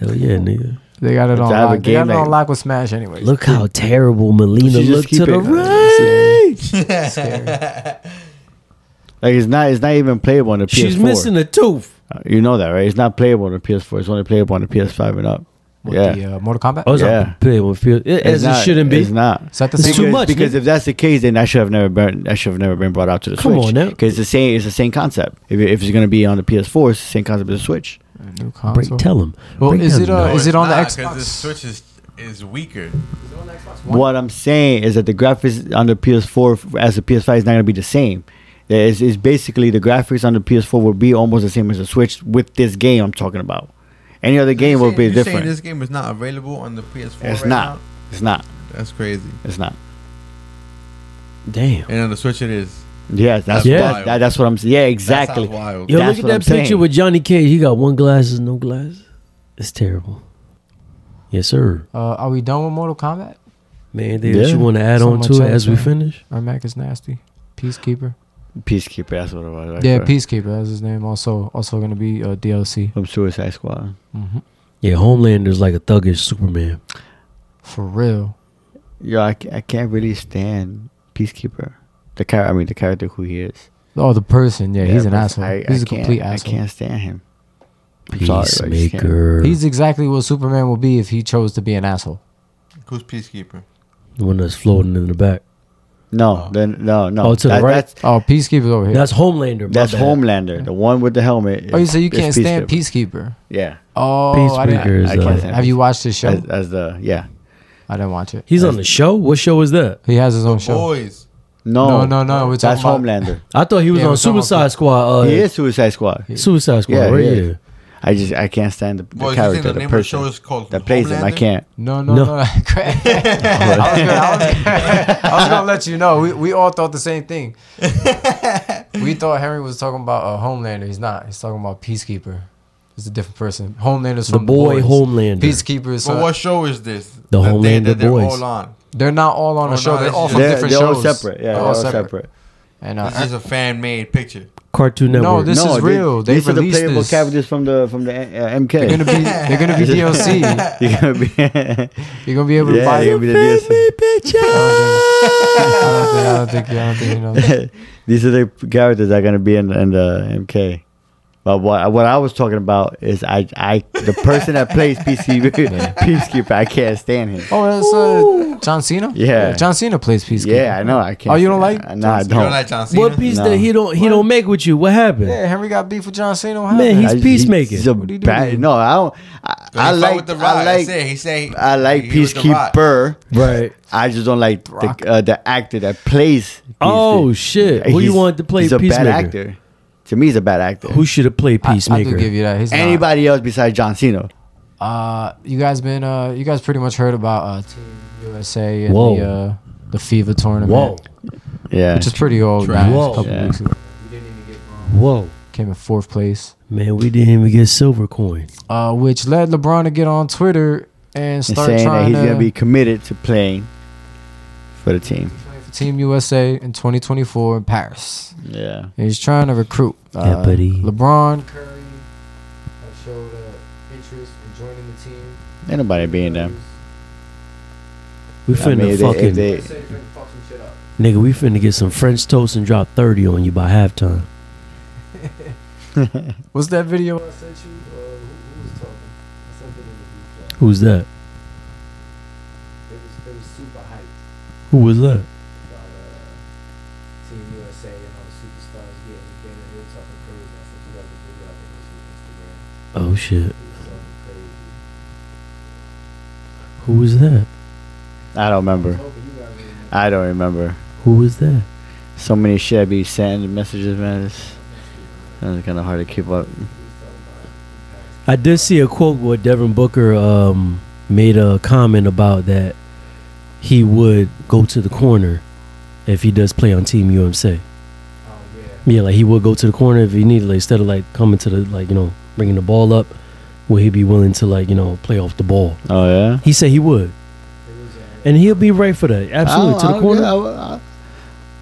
Hell yeah, nigga.
They got it
To
on.
have a
Lock. They got
game
it on
like-
lock with Smash anyway.
Look how terrible Melina
But you just
looked
keep
to the
it-
right.
Like it's not it's not even playable on the PS4.
She's missing a tooth.
Uh, You know that, right? It's not playable on the PS4. It's only playable on the PS5 and up.
With
yeah,
the uh, Mortal Kombat.
Oh, it's
Yeah.
not playable. Feel- it-
It's
As it
not-
shouldn't
It's
be.
not.
Is that the
It's
same?
Because,
too much,
because
nigga.
if that's the case, then I should have never been. That should have never been brought out to the
Come
Switch.
on now.
because the same. It's the same concept. If, it- if it's gonna be on the PS4, it's the same concept as the Switch.
New
Break,
console.
tell him.
Well,
Break
is
down
it,
the
uh,
noise.
is it on the Xbox?
Because the Switch is, is weaker.
What I'm saying is that the graphics on the PS4 f- as the PS5 is not gonna be the same. There is it's basically the graphics on the PS4 will be almost the same as the Switch with this game I'm talking about. Any other game will be
You're saying
different.
this game is not available on the PS4
It's
right
not.
now?
It's not.
That's crazy.
It's not.
Damn.
And on the Switch it is.
Yeah, that's
That's
yeah.
wild.
that, that's what I'm. Yeah,
That sounds
exactly.
wild.
Yo,
That's
look at
what
that
I'm
picture
saying.
with Johnny Cage. He got one glasses, no glasses. It's terrible. Yes, sir.
Uh, are we done with Mortal Kombat?
Man, there that
Yeah.
you want to add
So
on
much
to it
other
as we
thing.
finish?
Our Mac is nasty. Peacekeeper.
Peacekeeper. That's what it was. right
Yeah,
there.
Peacekeeper. That's his name. Also, also gonna be uh, DLC.
From Suicide Squad.
hmm
Yeah, Homelander's like a thuggish Superman.
For real.
Yo, I, ca- I can't really stand Peacekeeper. The character, I mean, the character who he is.
Oh, the person. Yeah, he's an
but
asshole.
I-
he's
I
a complete
can't-
asshole.
I can't stand him. I'm sorry, but I just can't.
Peacemaker. He's
He's exactly what Superman will be if he chose to be an asshole.
Who's Peacekeeper?
the one that's floating in the back.
No,
Oh.
then no, no.
Oh, to the right?
That's,
Oh, Peacekeeper's over here.
That's Homelander. my
that's
bad.
Homelander, the one with the helmet.
oh, you
is-
say you
is
can't stand
Peacekeeper.
Peacekeeper?
Yeah,
Oh, I
Peacemaker
didn't,
is.
I can't
Uh,
stand-
have you watched his show?
as, as the yeah.
I didn't watch it.
he's on the show. What show is that?
He has his own show.
Boys.
Oh, No,
No, no, no, we're
that's
talking about-
Homelander.
I thought he was
Yeah,
on
we're talking about
Suicide
Pe-
Squad. Uh,
he is Suicide Squad.
Suicide Squad.
Yeah,
right
he
here.
is. I just I can't stand the, the
Boys, you think
character,
the,
the,
name
person
of the show is called
that plays him. I
Homelander?
can't.
No, no,
No.
no. no. Crap. I, was gonna, I, was gonna, I was gonna let you know. We, we all thought the same thing. we thought Henry was talking about a Homelander. He's not. He's talking about Peacekeeper. It's a different person. Homelander's
The
from
boy
Boys.
Homelander.
Peacekeeper is.
But
some-
what show is this?
The
that they,
Homelander
that they're
Boys.
all on.
They're not all on
Oh,
a show.
no,
they're
this
all
is-
from
They're,
different
they're all
shows.
separate. Yeah, they're all separate.
And uh,
This is a fan made picture.
Cartoon
No,
Network.
this is
they-
real. They
these are the
released
playable
this.
characters from the from the uh, MK.
they're gonna be they're gonna be DLC.
You're gonna be.
You're gonna be able to
Yeah,
buy.
you're gonna be the Oh,
I don't think I don't think, I don't think you know.
DLC. These are the characters that are gonna be in, in the MK. But what what I was talking about is I I the person that plays PC Peacekeeper I can't stand him.
Oh, that's uh, John Cena.
Yeah.
John Cena plays Peacekeeper.
Yeah, I know I can't.
Oh, you don't
stand-
like
I- No, I
John
don't.
You don't like John Cena?
What piece
No.
that he don't he don't make with you? What happened?
Yeah, Henry got beef with John Cena. What
Man,
happened?
he's
I-
Peacemaker.
He's a
What do you do
bad.
then?
No, I don't. I,
He
I
fought
like.
with the rock.
I
That's
like.
it. He say
I like
he with the rock.
Peacekeeper.
Right.
I just don't like the,
Rock.
uh, the actor that plays.
Oh
Peacekeeper.
shit! Who you
He's-
wanted to play
He's a
Peacemaker?
bad actor. To me, he's a bad actor.
Who should have played
I- I,
Peacemaker?
do give you that. He's not.
Anybody else besides John Cena?
Uh, you guys been uh, you guys pretty much heard about uh, Team USA and
Whoa.
the uh, the FIFA tournament,
whoa,
Yeah.
which is pretty old. Now.
Trash.
It's
Whoa.
a couple
Yeah.
weeks ago.
whoa,
Came in fourth place,
man! We didn't even get silver coin.
uh, which led LeBron to get on Twitter and
And
start
saying that
trying
he's
to
gonna be committed to playing for the team.
play for Team USA in 2024 in Paris.
Yeah.
And He's trying to recruit.
Yeah,
Uh,
buddy.
LeBron Curry have showed uh, interest in joining the team.
Ain't nobody being them.
We
I
finna
mean, if they-
fucking
if they,
nigga. We finna get some French toast and drop thirty on you by halftime.
What's that video I sent you? Uh, who, who was talking? I sent it in the group chat.
Who's that?
It was, it was super hyped
Who was that?
about uh, Team USA and all the superstars getting together. They were talking crazy. I sent you guys a video of it. It's on Instagram.
Oh shit!
They were talking crazy.
Who was that?
I don't remember.
Hoping Oh, you guys really
I don't remember.
Who was that?
So many shit I be sending messages, man. It's, it's kind of hard to keep up.
I did see a quote where Devin Booker um, made a comment about that he would go to the corner if he does play on Team UMC.
Oh, yeah.
Yeah, like he would go to the corner if he needed, like instead of like coming to the like you know bringing the ball up, would he be willing to like you know play off the ball?
Oh yeah.
He said he would,
It was, uh,
and he'll be right for that. Absolutely
I
to
don't-
the corner.
I, don't- I,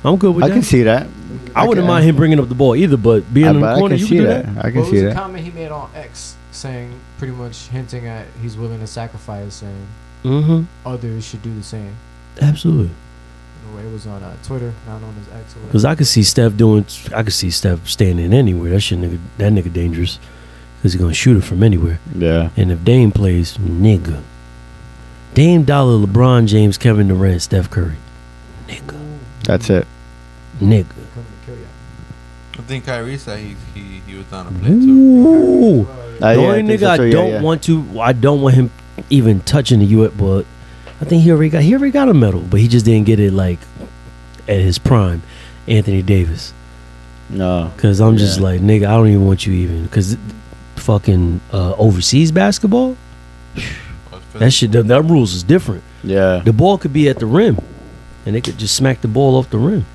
I'm good with
Oh, I, I
that.
can see that.
I wouldn't
can-
mind him bringing up the ball either, but being
I,
in
but
the
I
corner,
can
you
see
can do that.
I
what
can
was
see
the
that.
comment he made on X? saying pretty much hinting at he's willing to sacrifice and
Mm-hmm.
others should do the same.
Absolutely.
No, It was on uh, Twitter, not on his X. or whatever.
Because I could see Steph doing, I could see Steph standing anywhere. That shit, nigga, that nigga dangerous. Because he's going to shoot it from anywhere.
Yeah.
And if Dame plays, nigga. Dame Dollar, LeBron James, Kevin Durant, Steph Curry. Nigga.
That's it.
Nigga.
Coming to kill ya.
I think Kyrie said he he, he was on a play too.
Ooh.
Well,
Uh,
The
yeah, I
only
think so
nigga
too.
I
Yeah,
don't
yeah.
want to, I don't want him even touching the U.S. But I think he already got, he already got a medal, but he just didn't get it like at his prime. Anthony Davis,
No.
because I'm just
Yeah.
like nigga, I don't even want you even because fucking uh, overseas basketball,
Oh,
that shit, that, that rules is different.
Yeah.
The ball could be at the rim, and they could just smack the ball off the rim.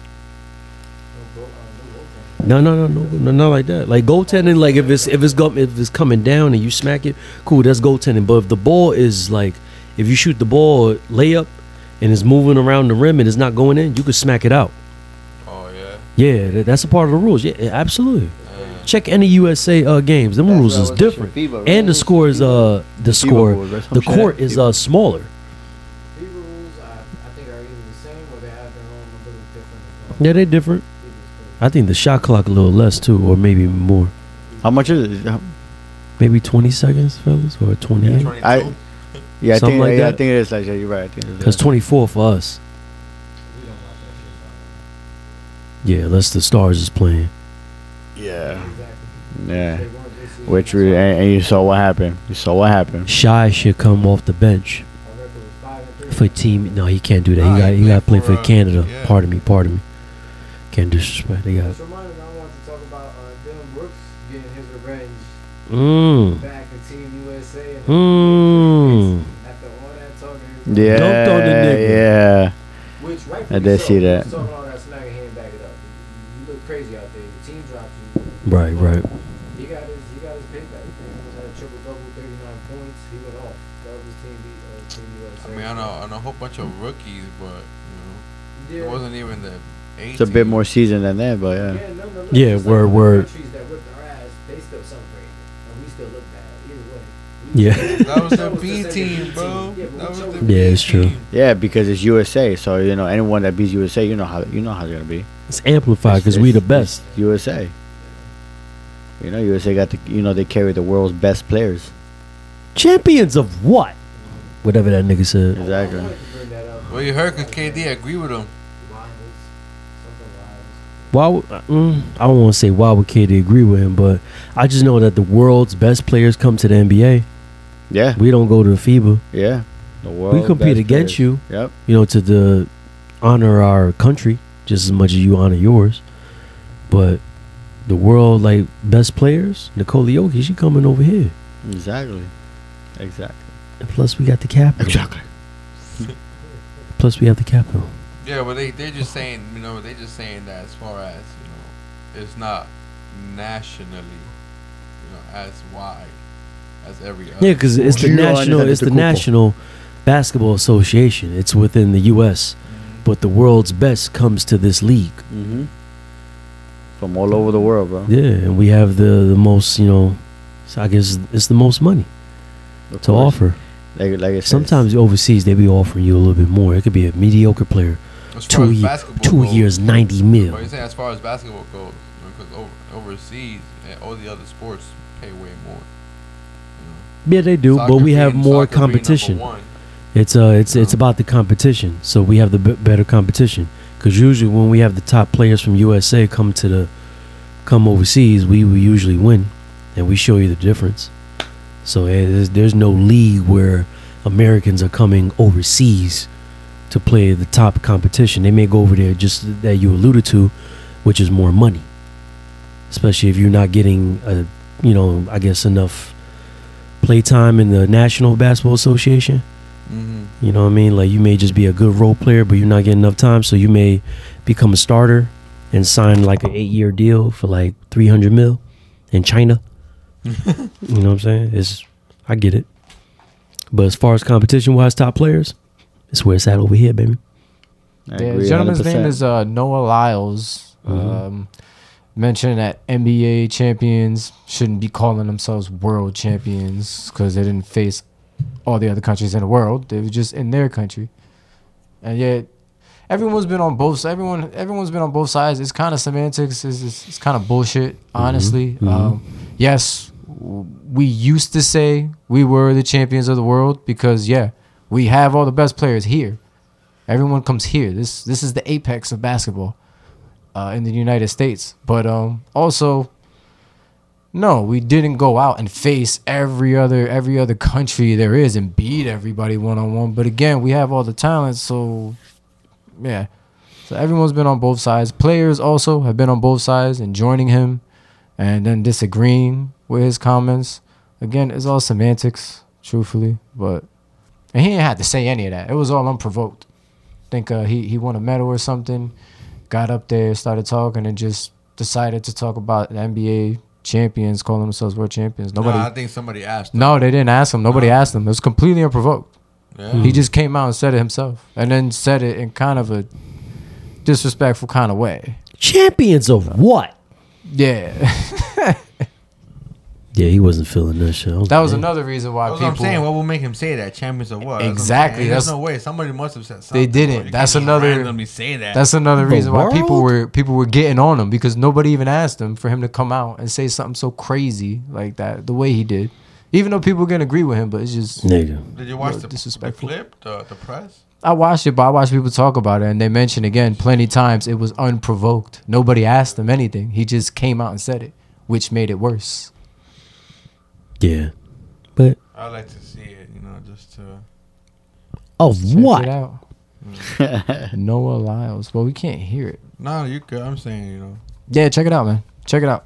No, no, no, no, no, not like that. Like goaltending, like if it's if it's go, if it's coming down and you smack it, cool, that's goaltending. But if the ball is like, if you shoot the ball layup and it's moving around the rim and it's not going in, you could smack it out.
Oh yeah.
Yeah, that, that's a part of the rules. Yeah, yeah, absolutely.
Uh,
Check any USA uh, games. Them rules is different, and the score is uh the score the court is uh smaller.
these rules, I, I think, are either the same or they have their own a little different. uh,
Yeah, they're different. I think the shot clock a little less too, or maybe more.
How much is it?
Maybe twenty seconds, fellas, or twenty-eight.
I- Yeah, I
Something
think,
like
yeah, I
that.
think it is like, yeah, you're right. I think it is.
Because twenty-four for us. Yeah, unless the stars is playing.
yeah.
Exactly.
Yeah.
They weren't this season,
Which
that's
we,
why
and, and you saw what happened. You saw what happened.
Shy should come off the bench
our record was five and three.
for team. No, he can't do that.
Nah,
He got he
he played
got to play
for,
for
uh,
Canada.
yeah.
Pardon me, pardon me. Can't disrespect. They got.
Which reminded me, I wanted to talk about uh, Dylan Brooks getting his revenge
Mmm.
back at Team USA and
Mmm.
after all that talking. he was-
Yeah.
Dunked on the nigga.
Yeah.
Which right
I did see that.
Talking all that smack and he didn't back it up. You look crazy out there. Your team dropped you.
Right, right.
He got his he got his payback. He almost had a triple double, thirty nine points. He went off. That was team B, uh, team
I
USA.
mean, I know, I know a whole bunch of rookies, but you
Yeah,
know, it wasn't even the. 18.
It's a bit more seasoned than that, but yeah.
Yeah, nonetheless,
Yeah,
just
word,
like the
word.
Countries that whipped our ass, they still celebrate, and we still look
Yeah.
bad. Either way. We-
That was
That
the
was
B
the
team,
team.
bro.
Yeah, but
that was
we
the
chose-
B
Yeah, it's true.
team.
Yeah, because it's USA, so you know anyone that beats USA, you know how you know how it's gonna be.
It's amplified because we the best.
USA. You know USA got the you know they carry the world's best players.
Champions of what? Whatever that nigga said.
Exactly.
I wanted to bring that up.
Well, you heard 'cause KD agree with him.
Lions, something lions.
Why? Would, uh, mm, I don't want to say why would KD agree with him, but I just know that the world's best players come to the NBA.
Yeah,
We don't go to FIBA.
yeah. The world.
we compete against you,
you. Yep.
you know, to the honor our country just as much as you honor yours. But the world like best players, Nicole Jokic, she coming over here.
Exactly. Exactly.
And plus we got the capital. Plus we have the capital.
Yeah, but they they just saying, you know, they just saying that as far as you know, it's not nationally, you know, as wide as every other.
Yeah, because it's the
Giro
national, it's the
Antetokounmpo.
national basketball association. It's within the U.S., but the world's best comes to this league.
Mm-hmm. From all over the world, bro.
Yeah, and we have the the most, you know, so I guess it's the most money
Of
to
course.
offer.
Like, like I said,
Sometimes overseas they be offering you a little bit more. It could be a mediocre player,
As far
two
as
year,
basketball
two
goes-
years, ninety
But
mil.
you saying as far as basketball goes, because over, overseas and all the other sports pay way more. you
Yeah, they
know.
do,
Soccer
but we
being-
have more
soccer being number
competition.
one.
It's uh, it's it's
Yeah.
about the competition. So we have the b- better competition because usually when we have the top players from USA come to the come overseas, we we usually win, and we show you the difference. So eh, there's, there's no league where Americans are coming overseas to play the top competition. They may go over there just that you alluded to, which is more money, especially if you're not getting a you know I guess enough playtime in the National Basketball Association.
Mm-hmm.
You know what I mean? Like you may just be a good role player, but you're not getting enough time, so you may become a starter and sign like an eight year deal for like three hundred mil in China. you know what I'm saying? It's I get it. But as far as competition wise, top players, it's where it's at over here, baby.
I
Yeah,
agree
the gentleman's
100%. Mm-hmm.
name is uh, Noah Lyles.
Mhm.
Um, mentioned that NBA champions shouldn't be calling themselves world champions because they didn't face all the other countries in the world. They were just in their country, and yet everyone's been on both. Everyone, everyone's been on both sides. It's kind of semantics. It's, it's, it's kind of bullshit,
Mm-hmm.
honestly. Um, yes, w- we used to say we were the champions of the world because yeah, we have all the best players here. Everyone comes here. This this is the apex of basketball uh, in the United States. But um, also, no, we didn't go out and face every other every other country there is and beat everybody one on one. But again, we have all the talent, so yeah. So everyone's been on both sides. Players also have been on both sides and joining him, and then disagreeing with his comments. Again, it's all semantics, truthfully. But and he didn't have to say any of that. It was all unprovoked. think uh, he he won a medal or something got up there, started talking, and just decided to talk about the NBA champions calling themselves world champions. Nobody,
No, I think somebody asked. him.
no, they didn't ask him. Nobody
No.
asked him. It was completely unprovoked.
Mm-hmm.
Yeah.
Mm.
He just came out and said it himself, and then said it in kind of a disrespectful kind of way.
Champions of what?
Yeah,
Yeah, he wasn't feeling that shit. I
that was
like,
another reason why
That's
people.
what I'm saying. What will make him say that? Champions of what? That's what I'm
Exactly,
saying. There's
that's-
no way. Somebody must have said something.
They didn't.
bro. You
That's
can't just
another-
Randomly say that.
That's another
The
reason why people
world?
were people were getting on him because nobody even asked him for him to come out and say something so crazy like that the way he did. Even though people can agree with him, but it's just
Nigga.
Did you watch
No,
the, the
disrespectful.
clip? The, the press?
I watched it, but I watched people talk about it, and they mentioned again plenty times it was unprovoked. Nobody asked him anything. He just came out and said it, which made it worse.
Yeah. But
I like to see it. You know, just to.
of
Check
what?
It out. Mm. Noah Lyles. Well, we can't hear it.
No, you could. I'm saying you know.
Yeah, check it out, man. Check it out.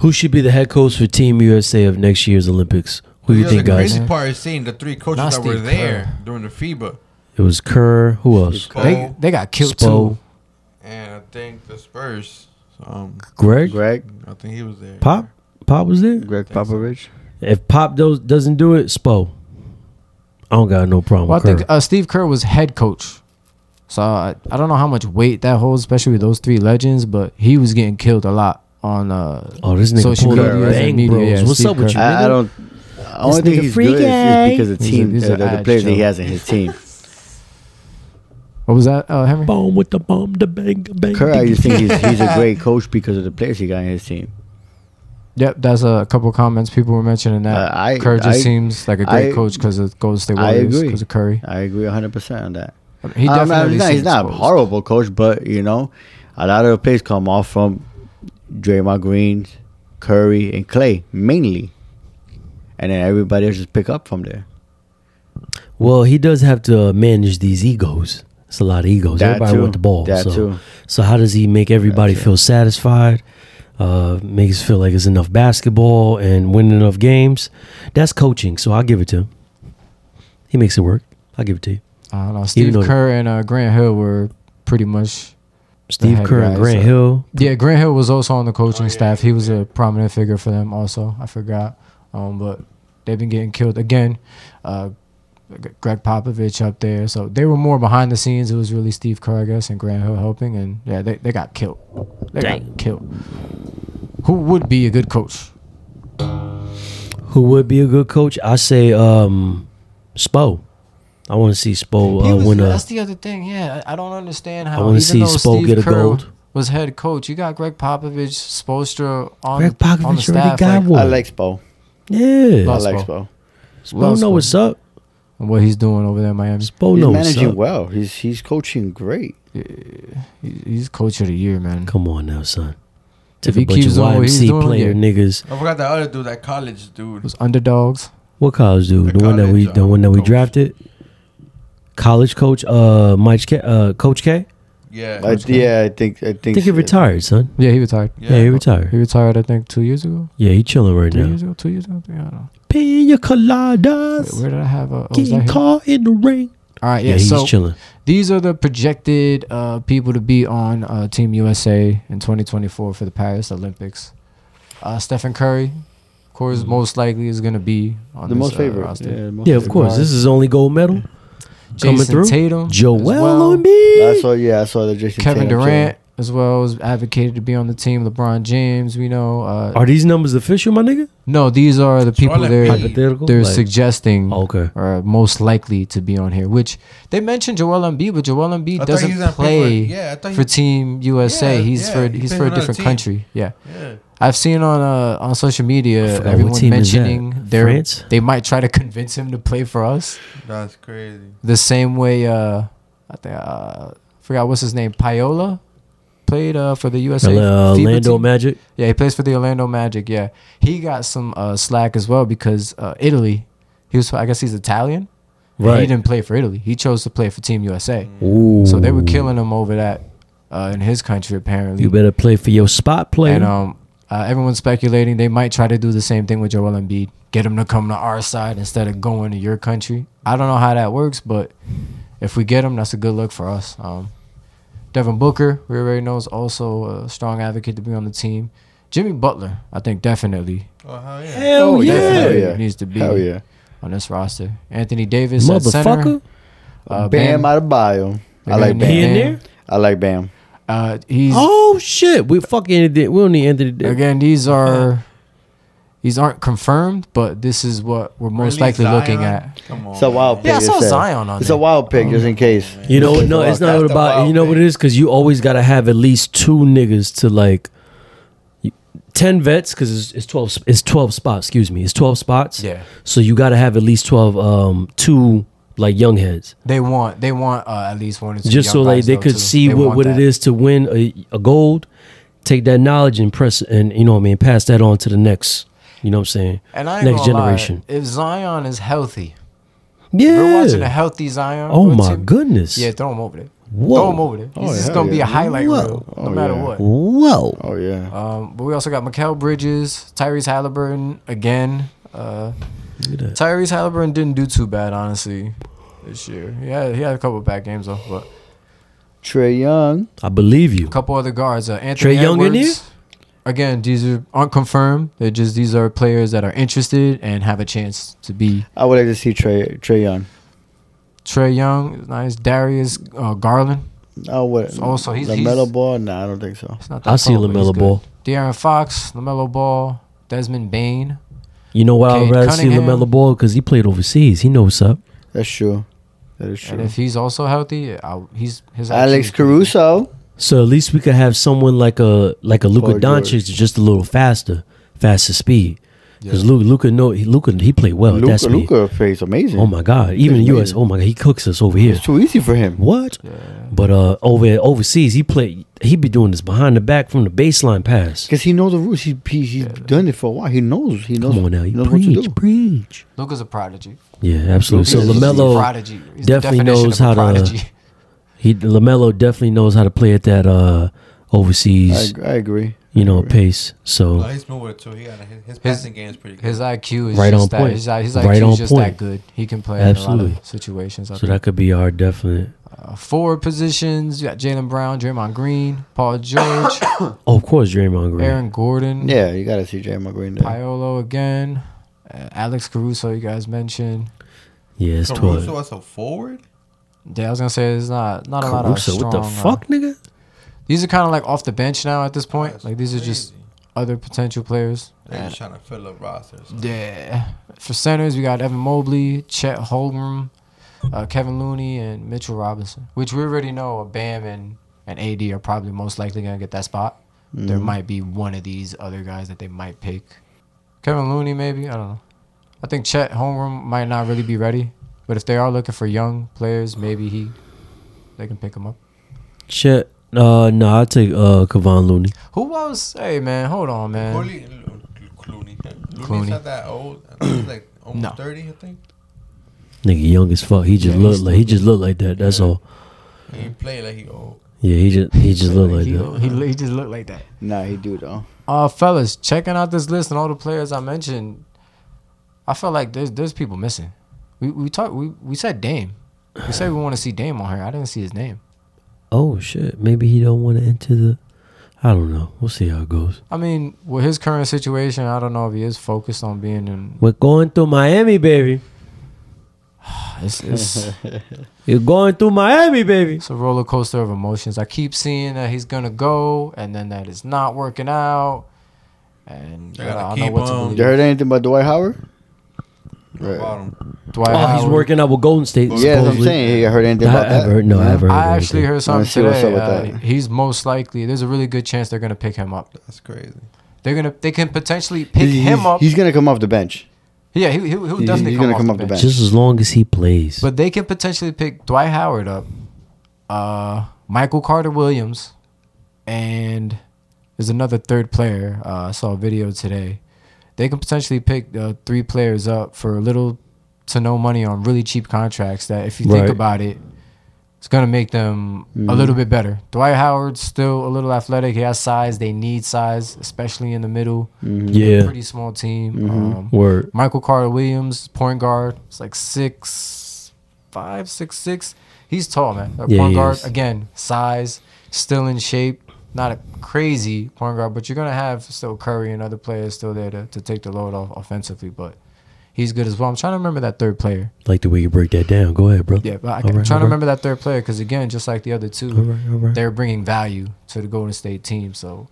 Who should be the head coach for Team USA of next year's Olympics? Who do you
Yeah,
think,
the
guys?
crazy part is seeing the three coaches
Not
that were
Steve
there during the FIBA,
It was Kerr. Who else?
Cole,
Uh,
They they got killed
Spo.
too.
and I think the Spurs. Um,
uh,
Greg?
Greg,
I think he was there.
Pop? Pop was there?
Greg
Thanks.
Popovich.
If Pop does, doesn't do it, Spo. I don't got no problem
Well, I
with Kerr.
think uh, Steve Kerr was head coach, so I, I don't know how much weight that holds, especially with those three legends. But he was getting killed a lot on. Uh,
oh, this nigga
social
pulled up
media,
Bang
media,
Bros.
yeah,
What's
Steve
up with you,
Kerr.
nigga?
I, I don't. I only
nigga
think he's
free
good
guy.
is because the
He's a-
team,
he's
uh, the,
a
the
ass
players that he
joke.
has in his team.
what was that, uh, Henry?
Bomb with the bomb, the bang, bang.
Kerr, I just think he's, he's a great coach because of the players he got in his team.
Yep, that's a couple of comments people were mentioning that.
Uh, I-
Kerr just
I-
seems like a great
I-
coach because of Golden State
I
Warriors
agree.
because of Curry.
I agree 100% on that.
I mean, He
I'm not-
definitely
he's not, he's
seems
not a
exposed.
horrible coach, but you know, a lot of the plays come off from Draymond Green, Curry, and Clay mainly, and then everybody else just pick up from there.
Well, he does have to uh, manage these egos. It's a lot of egos.
That
everybody
too.
wants the ball.
That
so,
too.
so how does he make everybody
That too.
feel satisfied? Uh, makes us feel like it's enough basketball and win enough games. That's coaching. So I'll give it to him. He makes it work. I'll give it to you.
I don't know. Steve
though-
Kerr and uh, Grant Hill were pretty much.
Steve
head
Kerr
guys,
and Grant
uh,
Hill.
Yeah, Grant Hill was also on the coaching
yeah,
staff. He was a prominent figure for them, also. I forgot. Um, but they've been getting killed again. Uh, G- Greg Popovich up there. So they were more behind the scenes. It was really Steve Kerr, I guess, and Grant Hill helping. And yeah, they, they got killed. They
Dang.
got killed. Who would be a good coach?
Who would be a good coach? I say um, Spo. I want to see Spo
He
uh,
was-
win a.
that's the other thing. Yeah, I I don't understand
I
how.
wanna
even
see
though
Spo
Steve
get a
Kerr
gold.
Was head coach. You got Greg Popovich, Spoelstra on
Greg
the, on the
Popovich already
staff.
got
like,
one.
I like Spo. I
Yeah,
Love
like Spo.
Spo.
Spo know what's up.
and what he's doing over there in Miami.
Spo
He's
know what's
managing
up.
well. He's he's coaching great.
He- He's coach of the year, man.
Come on now, son.
If
Took a
he
bunch of
keeps on what he's
YMC
doing,
player
yeah.
niggas.
I forgot the other dude, that college dude.
Those underdogs.
What college dude? The,
The
one that we,
college,
the
uh,
one that we
coach.
drafted. College coach, uh, Mike, K, uh, Coach K.
Yeah.
I, yeah, I think I
I
think
think he retired, son.
Yeah, he retired.
Yeah, he
He
retired.
retired, I think, two years ago.
Yeah, he chilling right
Three
now.
years ago, two years ago, three, I don't know.
Pina
Wait,
coladas,
where did I have a? Oh, was that
getting
here?
caught in the rain.
All right,
Yeah,
yeah.
he's
so
chilling.
these are the projected uh, people to be on uh, Team USA in 2024 for the Paris Olympics. Uh, Stephen Curry, of course, most likely is going to be on
the
this,
most
uh,
favorite.
roster.
Yeah, the most
Mm-hmm. Yeah, of
favorite.
course. This is only gold medal. Coming
Jason
through,
Tatum, as
Joel
well.
on
I
me.
saw yeah, I saw the Jason
Kevin
Tatum
Durant
too.
as well as advocated to be on the team. LeBron James, we know. Uh,
Are these numbers official, my nigga?
no, these are the people
Charlotte
they're,
Payne.
Hypothetical.
they're
Like-
suggesting
okay.
are most likely to be on here. Which they mentioned Joel Embiid, but Joel
I
Embiid
thought
doesn't
he was on
play
paper. Yeah, I thought
for
he.
Team USA.
Yeah,
he's
yeah,
for
he
he's
plays
for a
another
different
team.
country. Yeah,
yeah.
I've seen on uh, on social
I
media
forgot what
everyone
team is that.
mentioning their
France.
they might try to convince him to play for us
That's crazy.
the same way uh I think uh forgot what's his name Payola played uh for the USA
Uh,
FIBA
Lando
team.
Magic.
yeah he plays for the Orlando Magic yeah he got some uh slack as well because uh Italy he was I guess he's Italian and he
Right.
didn't play for Italy he chose to play for Team USA
Ooh.
so they were killing him over that uh in his country apparently
You better play for your spot player.
and um, uh, everyone's speculating they might try to do the same thing with Joel Embiid, get him to come to our side instead of going to your country. I don't know how that works, but if we get him, that's a good look for us. Um, Devin Booker, we already know, is also a strong advocate to be on the team. Jimmy Butler, I think definitely,
Oh hell yeah.
Hell
Oh, yeah.
yeah.
Hell
definitely needs to be
Hell yeah.
on this roster. Anthony Davis, at center.
Motherfucker.
Uh,
Bam,
Bam,
out of bio.
They're
I like
gonna
Bam.
need
He in
Bam.
there?
I like Bam.
Uh, he's
Oh shit. We fucking we don't need Anthony Davis.
again. These are these aren't confirmed, but this is what we're most
Really,
likely looking
Zion?
at.
Come on.
It's a wild pick.
Oh, Yeah, I saw
it's a-
Zion on
It's
there.
a wild pick, just in case.
You know, what? no,
Fuck,
it's not
that's
what
the
about.
wild
You know what it
thing.
is, because you always gotta have at least two niggas to like you- ten vets, because it's, it's twelve. sp- It's twelve spots. Excuse me, it's twelve spots.
Yeah.
So you gotta have at least twelve, um, two like young heads,
They want they want uh, at least one or two.
just so
young
like
guys,
they
though,
could
too.
see
They
what,
want
what it
that.
is to win a, a gold, take that knowledge and press and you know what I mean, pass that on to the next. You know what I'm saying?
And I ain't
next
gonna lie,
generation.
if Zion is healthy, we're watching a
Yeah.
healthy Zion.
Oh
we're
my
team-
goodness.
Yeah, throw him over there.
Whoa.
Throw him over there. He's
Oh,
just
hell
gonna be
yeah.
a highlight
Whoa.
reel, no
Oh,
matter
yeah.
what.
Whoa.
Oh yeah.
Um, but we also got Mikel Bridges, Tyrese Halliburton again. Uh,
Look at that.
Tyrese Halliburton didn't do too bad, honestly, this year. He had, he had a couple of bad games though, but
Trey Young.
I believe you.
a couple other guards. Uh, Anthony
Trey Young in
Edwards. Again, these are unconfirmed. They're just these are players that are interested and have a chance to be
I would like to see Trey Trey Young.
Trey Young, is nice. Darius uh, Garland.
Oh, what?
Oh, so he's-
Lamelo
he's-
Ball? Nah, I don't think so.
It's not
I see
tall, but he's
Lamelo
good.
Ball.
De'Aaron Fox, Lamelo Ball, Desmond Bain.
You know why I'd
Cade
rather see
Cunningham.
Lamelo Ball because he played overseas. He knows what's up.
That's true. That is
And
true.
if he's also healthy, I, he's his
Alex
options could be-
Caruso.
So at least we could have someone like a like a Luka
Paul George.
Doncic just a little faster, faster speed. Because Luka, Luka, no, he, Luka, he played well. at that
Luca
speed.
Luca face amazing.
Oh my God! Even the
He's
U.S.
amazing.
Oh my God! He cooks us over here.
It's too easy for him.
What? But uh, over overseas, he play. He be doing this behind the back from the baseline pass.
Because he knows the rules. He, he, he's done it for a while. He knows. He knows.
Come on now,
he
you
knows what to
preach,
do.
preach.
Luka's a prodigy.
Yeah, absolutely. So
Luka's a
Lamelo,
prodigy. He's
definitely
the definition
knows
of a
how to-
prodigy.
he Lamelo definitely knows how to play at that uh
I,
overseas,
ag- I agree.
you know, pace. So
Oh, he's moving it too. He got a, his, his passing game is pretty good.
His IQ is
Right
just
on
that.
point.
His, I- his
Right
IQ
on
is just
point.
that good. He can play in a lot
Absolutely.
of situations. I
So
think.
that could be our definite.
Uh, forward positions, you got Jalen Brown, Draymond Green, Paul George,
Oh, of course, Draymond Green.
Aaron Gordon,
Yeah, you got to see J. McGreen there.
Piolo again, uh, Alex Caruso. You guys mentioned.
yeah, it's twelve.
Caruso as a forward.
Yeah, I was gonna say there's not not a lot of
Caruso,
strong.
what the
uh,
fuck, nigga?
these are kind of like off the bench now at this point.
That's
like these are just
crazy.
other potential players.
They're just trying to fill up rosters.
Yeah. For centers, we got Evan Mobley, Chet Holmgren, uh, Kevin Looney, and Mitchell Robinson, which we already know uh, Bam and, and AD are probably most likely going to get that spot. There might be one of these other guys that they might pick. Kevin Looney, maybe. I don't know. I think Chet Holmgren might not really be ready, but if they are looking for young players, maybe he they can pick him up.
Chet. Uh, no, I will take uh Kevon Looney.
Who else? Hey, man, hold on, man.
Clooney. Clooney.
Clooney.
Clooney's not that old. I think he's like almost
No.
thirty, I think.
Nigga, young as fuck. He just
Yeah,
looked
he's-
like he just looked like that. That's
Yeah.
all.
He ain't play like he old.
Yeah, he just he just looked like
he,
that.
he, he just looked like that.
Nah, he do though.
uh fellas checking out this list and all the players i mentioned i felt like there's there's people missing we we talked we, we said dame we said we want to see dame on here i didn't see his name
Oh shit, maybe he don't want to enter the. I don't know. We'll see how it goes.
i mean with his current situation i don't know if he is focused on being in
We're going to Miami, baby.
it's it's,
You're going through Miami, baby.
it's a roller coaster of emotions. I keep seeing that he's gonna go, and then that it's not working out, and
They
I
gotta
don't know
keep
what to
on.
believe.
You heard anything about Dwight Howard?
Rock Bottom.
Dwight
Oh, he's
Howard.
working out with Golden State.
Yeah, that's what I'm
supposedly.
saying. You heard anything
No,
about
I
that?
haven't heard- no, I haven't heard.
I
anything.
actually heard something
see what's
today.
up with
uh,
that.
he's most likely. There's a really good chance they're gonna pick him up.
That's crazy.
They're gonna. They can potentially pick
He's-
him
he's-
up.
He's gonna come off the bench.
yeah, he, he'll, he'll
he's-
definitely
he's
come,
gonna
off
come
the
off the bench.
bench.
Just as long as he plays.
But they can potentially pick Dwight Howard up, uh, Michael Carter Williams, and there's another third player. Uh, I saw a video today. They can potentially pick uh, three players up for little to no money on really cheap contracts. That if you
Right.
think about it, it's gonna make them a
Mhm.
little bit better. Dwight Howard's still a little athletic. He has size. They need size, especially in the middle.
yeah,
Pretty small team.
Mhm.
Um,
word.
Michael Carter Williams, point guard. It's like six, five, six, six. He's tall, man. A
Yeah,
point
he
guard
is.
again, size, still in shape. Not a crazy point guard, but you're gonna have still Curry and other players still there to, to take the load off offensively. But he's good as well. I'm trying to remember that third player.
Like the way you break that down. Go ahead, bro.
Yeah, but I,
All
am
right,
trying to
all right.
remember that third player because again, just like the other two,
All right, all right.
they're bringing value to the Golden State team. So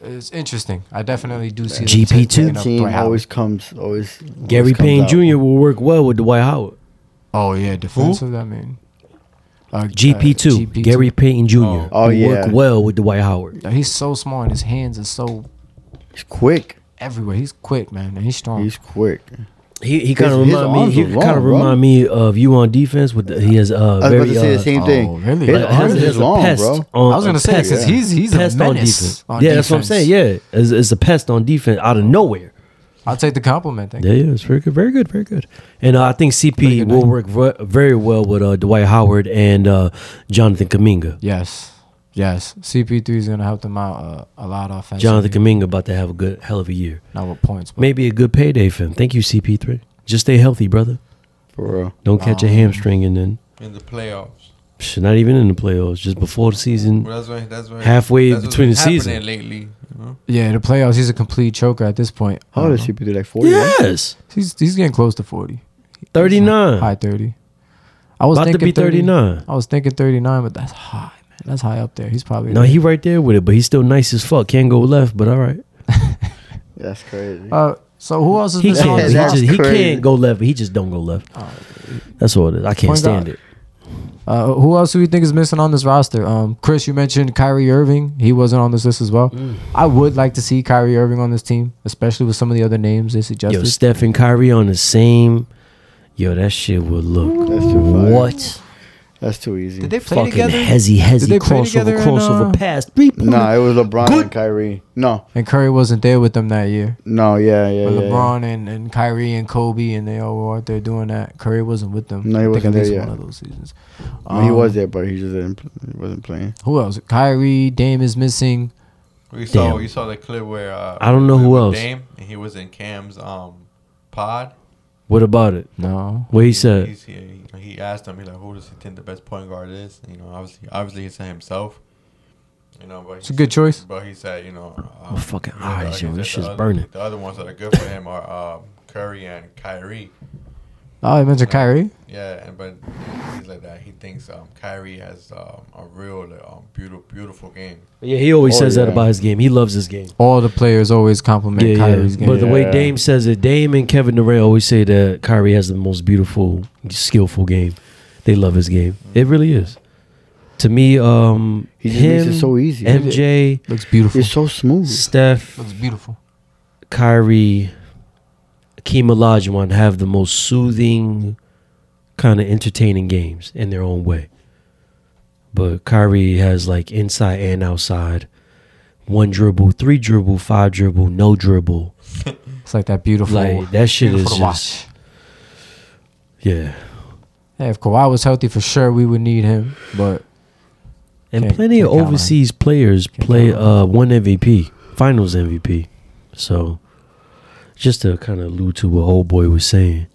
it's interesting. I definitely do see them
GP2
take- picking
That
up
team
Dwight Howard.
always comes. Always.
Gary
always comes
Payne
out.
Jr. will work well with Dwight Howard.
Oh yeah, defensive. I mean, uh,
GP two.
uh, GP2.
Gary Payton Jr.
Oh.
Oh,
will
yeah.
Work well with Dwight Howard.
Yo, he's so small, and his hands are so
He's quick.
everywhere. He's quick, man, and he's strong.
He's quick.
He he kind of
His- his
remind me.
arms
He
are
kind
long,
of
bro.
remind me of you on defense. With the, he has uh
I was
very
about to say
uh,
the same
oh,
thing.
really?
His
Like,
uh, has,
arms
has
is
a
long,
pest Oh.
bro.
on-
I was gonna
a
say
pest.
because he's he's a
Pest on defense.
menace. On
yeah, that's what I'm
defense.
saying. Yeah, it's, it's a pest on defense out of nowhere.
I'll take the compliment. Thank
Yeah, yeah, it's very good, very good, very good. And uh, I think CP
good
will work ve- very well with uh, Dwight Howard and uh, Jonathan Kaminga.
Yes, yes. CP3 is gonna help them out uh, a lot offensively.
Jonathan Kaminga about to have a good hell of a year.
not with points, but
Maybe a good payday for him. Thank you, CP3. Just stay healthy, brother.
For real.
Don't catch a
Um,
hamstring and then
In the playoffs.
Shit, not even in the playoffs, just before the season.
Well, that's what, that's what,
Halfway
that's what's
between
been
the season.
happening lately. You know?
yeah, the playoffs. He's a complete choker at this point.
How
Um,
old is he? Like forty. right?
Yes,
He's he's getting close to forty.
thirty nine,
High thirty. I was
about to
thinking
be thirty nine.
I was thinking 39, but that's high, man. That's high up there. He's probably
No, he right there with it, but he's still nice as fuck. Can't go left, but all right.
That's crazy.
Uh, so who else is
He
this on
can't.
his
He,
That's
just, he
crazy.
can't go left. but He just don't go left. That's all it is. I can't
Point
stand
guard.
it.
Uh, who else do we think is missing on this roster? Um, Chris, you mentioned Kyrie Irving. He wasn't on this list as well.
Mm.
I would like to see Kyrie Irving on this team, especially with some of the other names they
Yo,
suggested.
Steph and Kyrie on the same. Yo, that shit would look
That's too fire.
what
That's too easy.
Did they play
fucking
together?
hezzy hezzy
Did they play
crossover
together in,
crossover
uh,
pass three point.
Nah, it was LeBron and Kyrie. No,
And Curry wasn't there with them that year.
no, yeah, yeah,
When
yeah.
LeBron and, and Kyrie and Kobe and they all were out there doing that. Curry wasn't with them.
No, he
I think
wasn't
at
there
least
yet.
one of those seasons.
I mean, he
Um,
was there, but he just didn't. pl- He wasn't playing.
Who else? Kyrie, Dame is missing.
We saw
Damn.
we saw the clip where uh,
I don't know
it
who
was
else.
Dame, and he was in Cam's um pod.
What about it?
No.
What he said?
He's, he, he asked him, he like, who does he think the best point guard is? You know, obviously, obviously he said himself. You know, but
It's a good choice.
But he said, you know, um,
Oh, fucking
he said, uh,
eyes,
he
yo,
said
this
the
shit's
other-
burning.
The other ones that are good for him are um, Curry and Kyrie.
Oh, I mentioned Kyrie.
Yeah, and but he's like that. He thinks um, Kyrie has um, a real like, um, beautiful, beautiful game.
Yeah, he always
Oh,
says that
yeah.
about his game. He loves his game.
All the players always compliment
yeah,
Kyrie's
yeah.
game.
But the way
Yeah.
Dame says it, Dame and Kevin Durant always say that Kyrie has the most beautiful, skillful game. They love his game. It really is. To me, um,
Mm-hmm. He just
him,
makes it so easy.
MJ,
Looks beautiful.
It's so smooth.
Steph,
Looks beautiful.
Kyrie, Akeem Olajuwon have the most soothing, kind of entertaining games in their own way. But Kyrie has like inside and outside, one dribble, three dribble, five dribble, no dribble.
It's like that beautiful.
Like that shit is
beautiful
just
to watch.
yeah.
Yeah, if Kawhi was healthy, for sure we would need him. But
And
Can't-
plenty of
can't count on him.
overseas players
Can't
play
count
uh, one MVP, Finals MVP. So, just to kind of allude to what old boy was saying,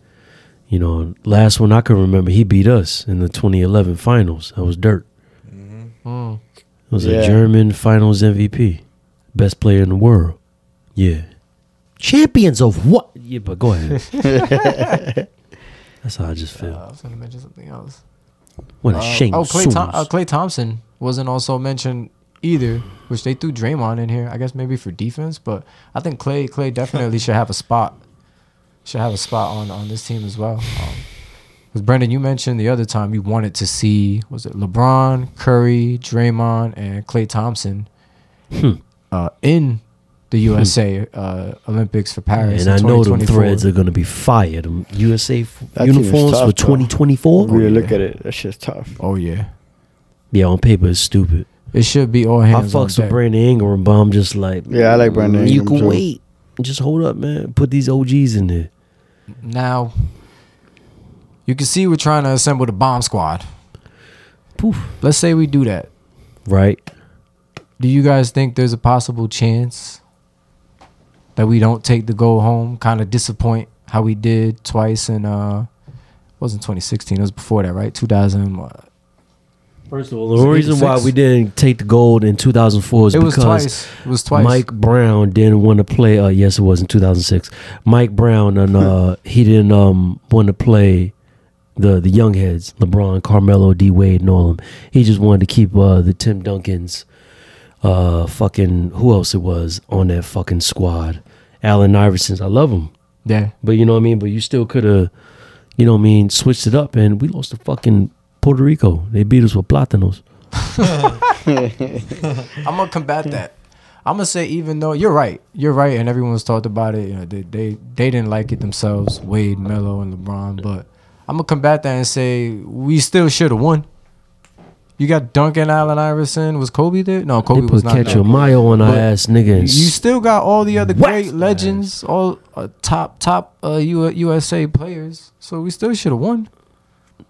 you know, last one I can remember, he beat us in the 2011 Finals. That was Dirt.
hmm
mm,
It was a
Yeah.
German Finals MVP, best player in the world. Yeah, champions of what? Yeah, but go ahead. That's how I just feel.
Uh, I was gonna mention something else.
what a
Uh,
shame.
oh, Clay,
Soon.
Thom- uh, Clay Thompson wasn't also mentioned either, which they threw Draymond in here. I guess maybe for defense, but I think Clay Clay definitely should have a spot. Should have a spot on on this team as well. Um, because Brendan, you mentioned the other time you wanted to see was it LeBron, Curry, Draymond, and Clay Thompson
Hmm.
uh, in the USA uh, Olympics for Paris.
and
in
I know them
2024.
threads are gonna be fired. Them USA f-
That team is
uniforms
tough,
for
though.
twenty twenty
When
four.
you look at it, that shit's tough.
Oh yeah,
Yeah, on paper it's stupid.
it should be all
I
hands on
fucks
deck.
with Brandon Ingram, but I'm just like,
Yeah, I like Brandon
You
Ingram,
can
too.
wait. Just hold up, man. Put these OGs in there.
Now, you can see we're trying to assemble the bomb squad.
Poof.
Let's say we do that.
Right.
Do you guys think there's a possible chance that we don't take the goal home? Kind of disappoint how we did twice in uh, wasn't 2016. It was before that, right? 2000. uh,
First of all, the
Was it
reason why
86?
we didn't take the gold in 2004 is
It was
because
twice. It was twice.
Mike Brown didn't want to play. Uh, yes, it was in 2006. Mike Brown and uh, he didn't um, want to play the the young heads, LeBron, Carmelo, D Wade, and all them. He just wanted to keep uh, the Tim Duncans, uh, fucking who else it was on that fucking squad. Allen Iversons, I love him,
Yeah.
but you know what I mean. But you still could have, you know what I mean, switched it up, and we lost to fucking Puerto Rico. They beat us with platanos.
I'm gonna combat that. I'm gonna say even though you're right, you're right, and everyone's talked about it. You know, they they, they didn't like it themselves, Wade, Melo, and LeBron. But I'm gonna combat that and say we still should have won. You got Duncan Allen Iverson. Was Kobe there? No, Kobe
they
was
put
not.
catch
There.
a mile on our
But
ass, nigga.
You
and s-
still got all the other great legends, all uh, top top uh, U- USA players. So we still should have won.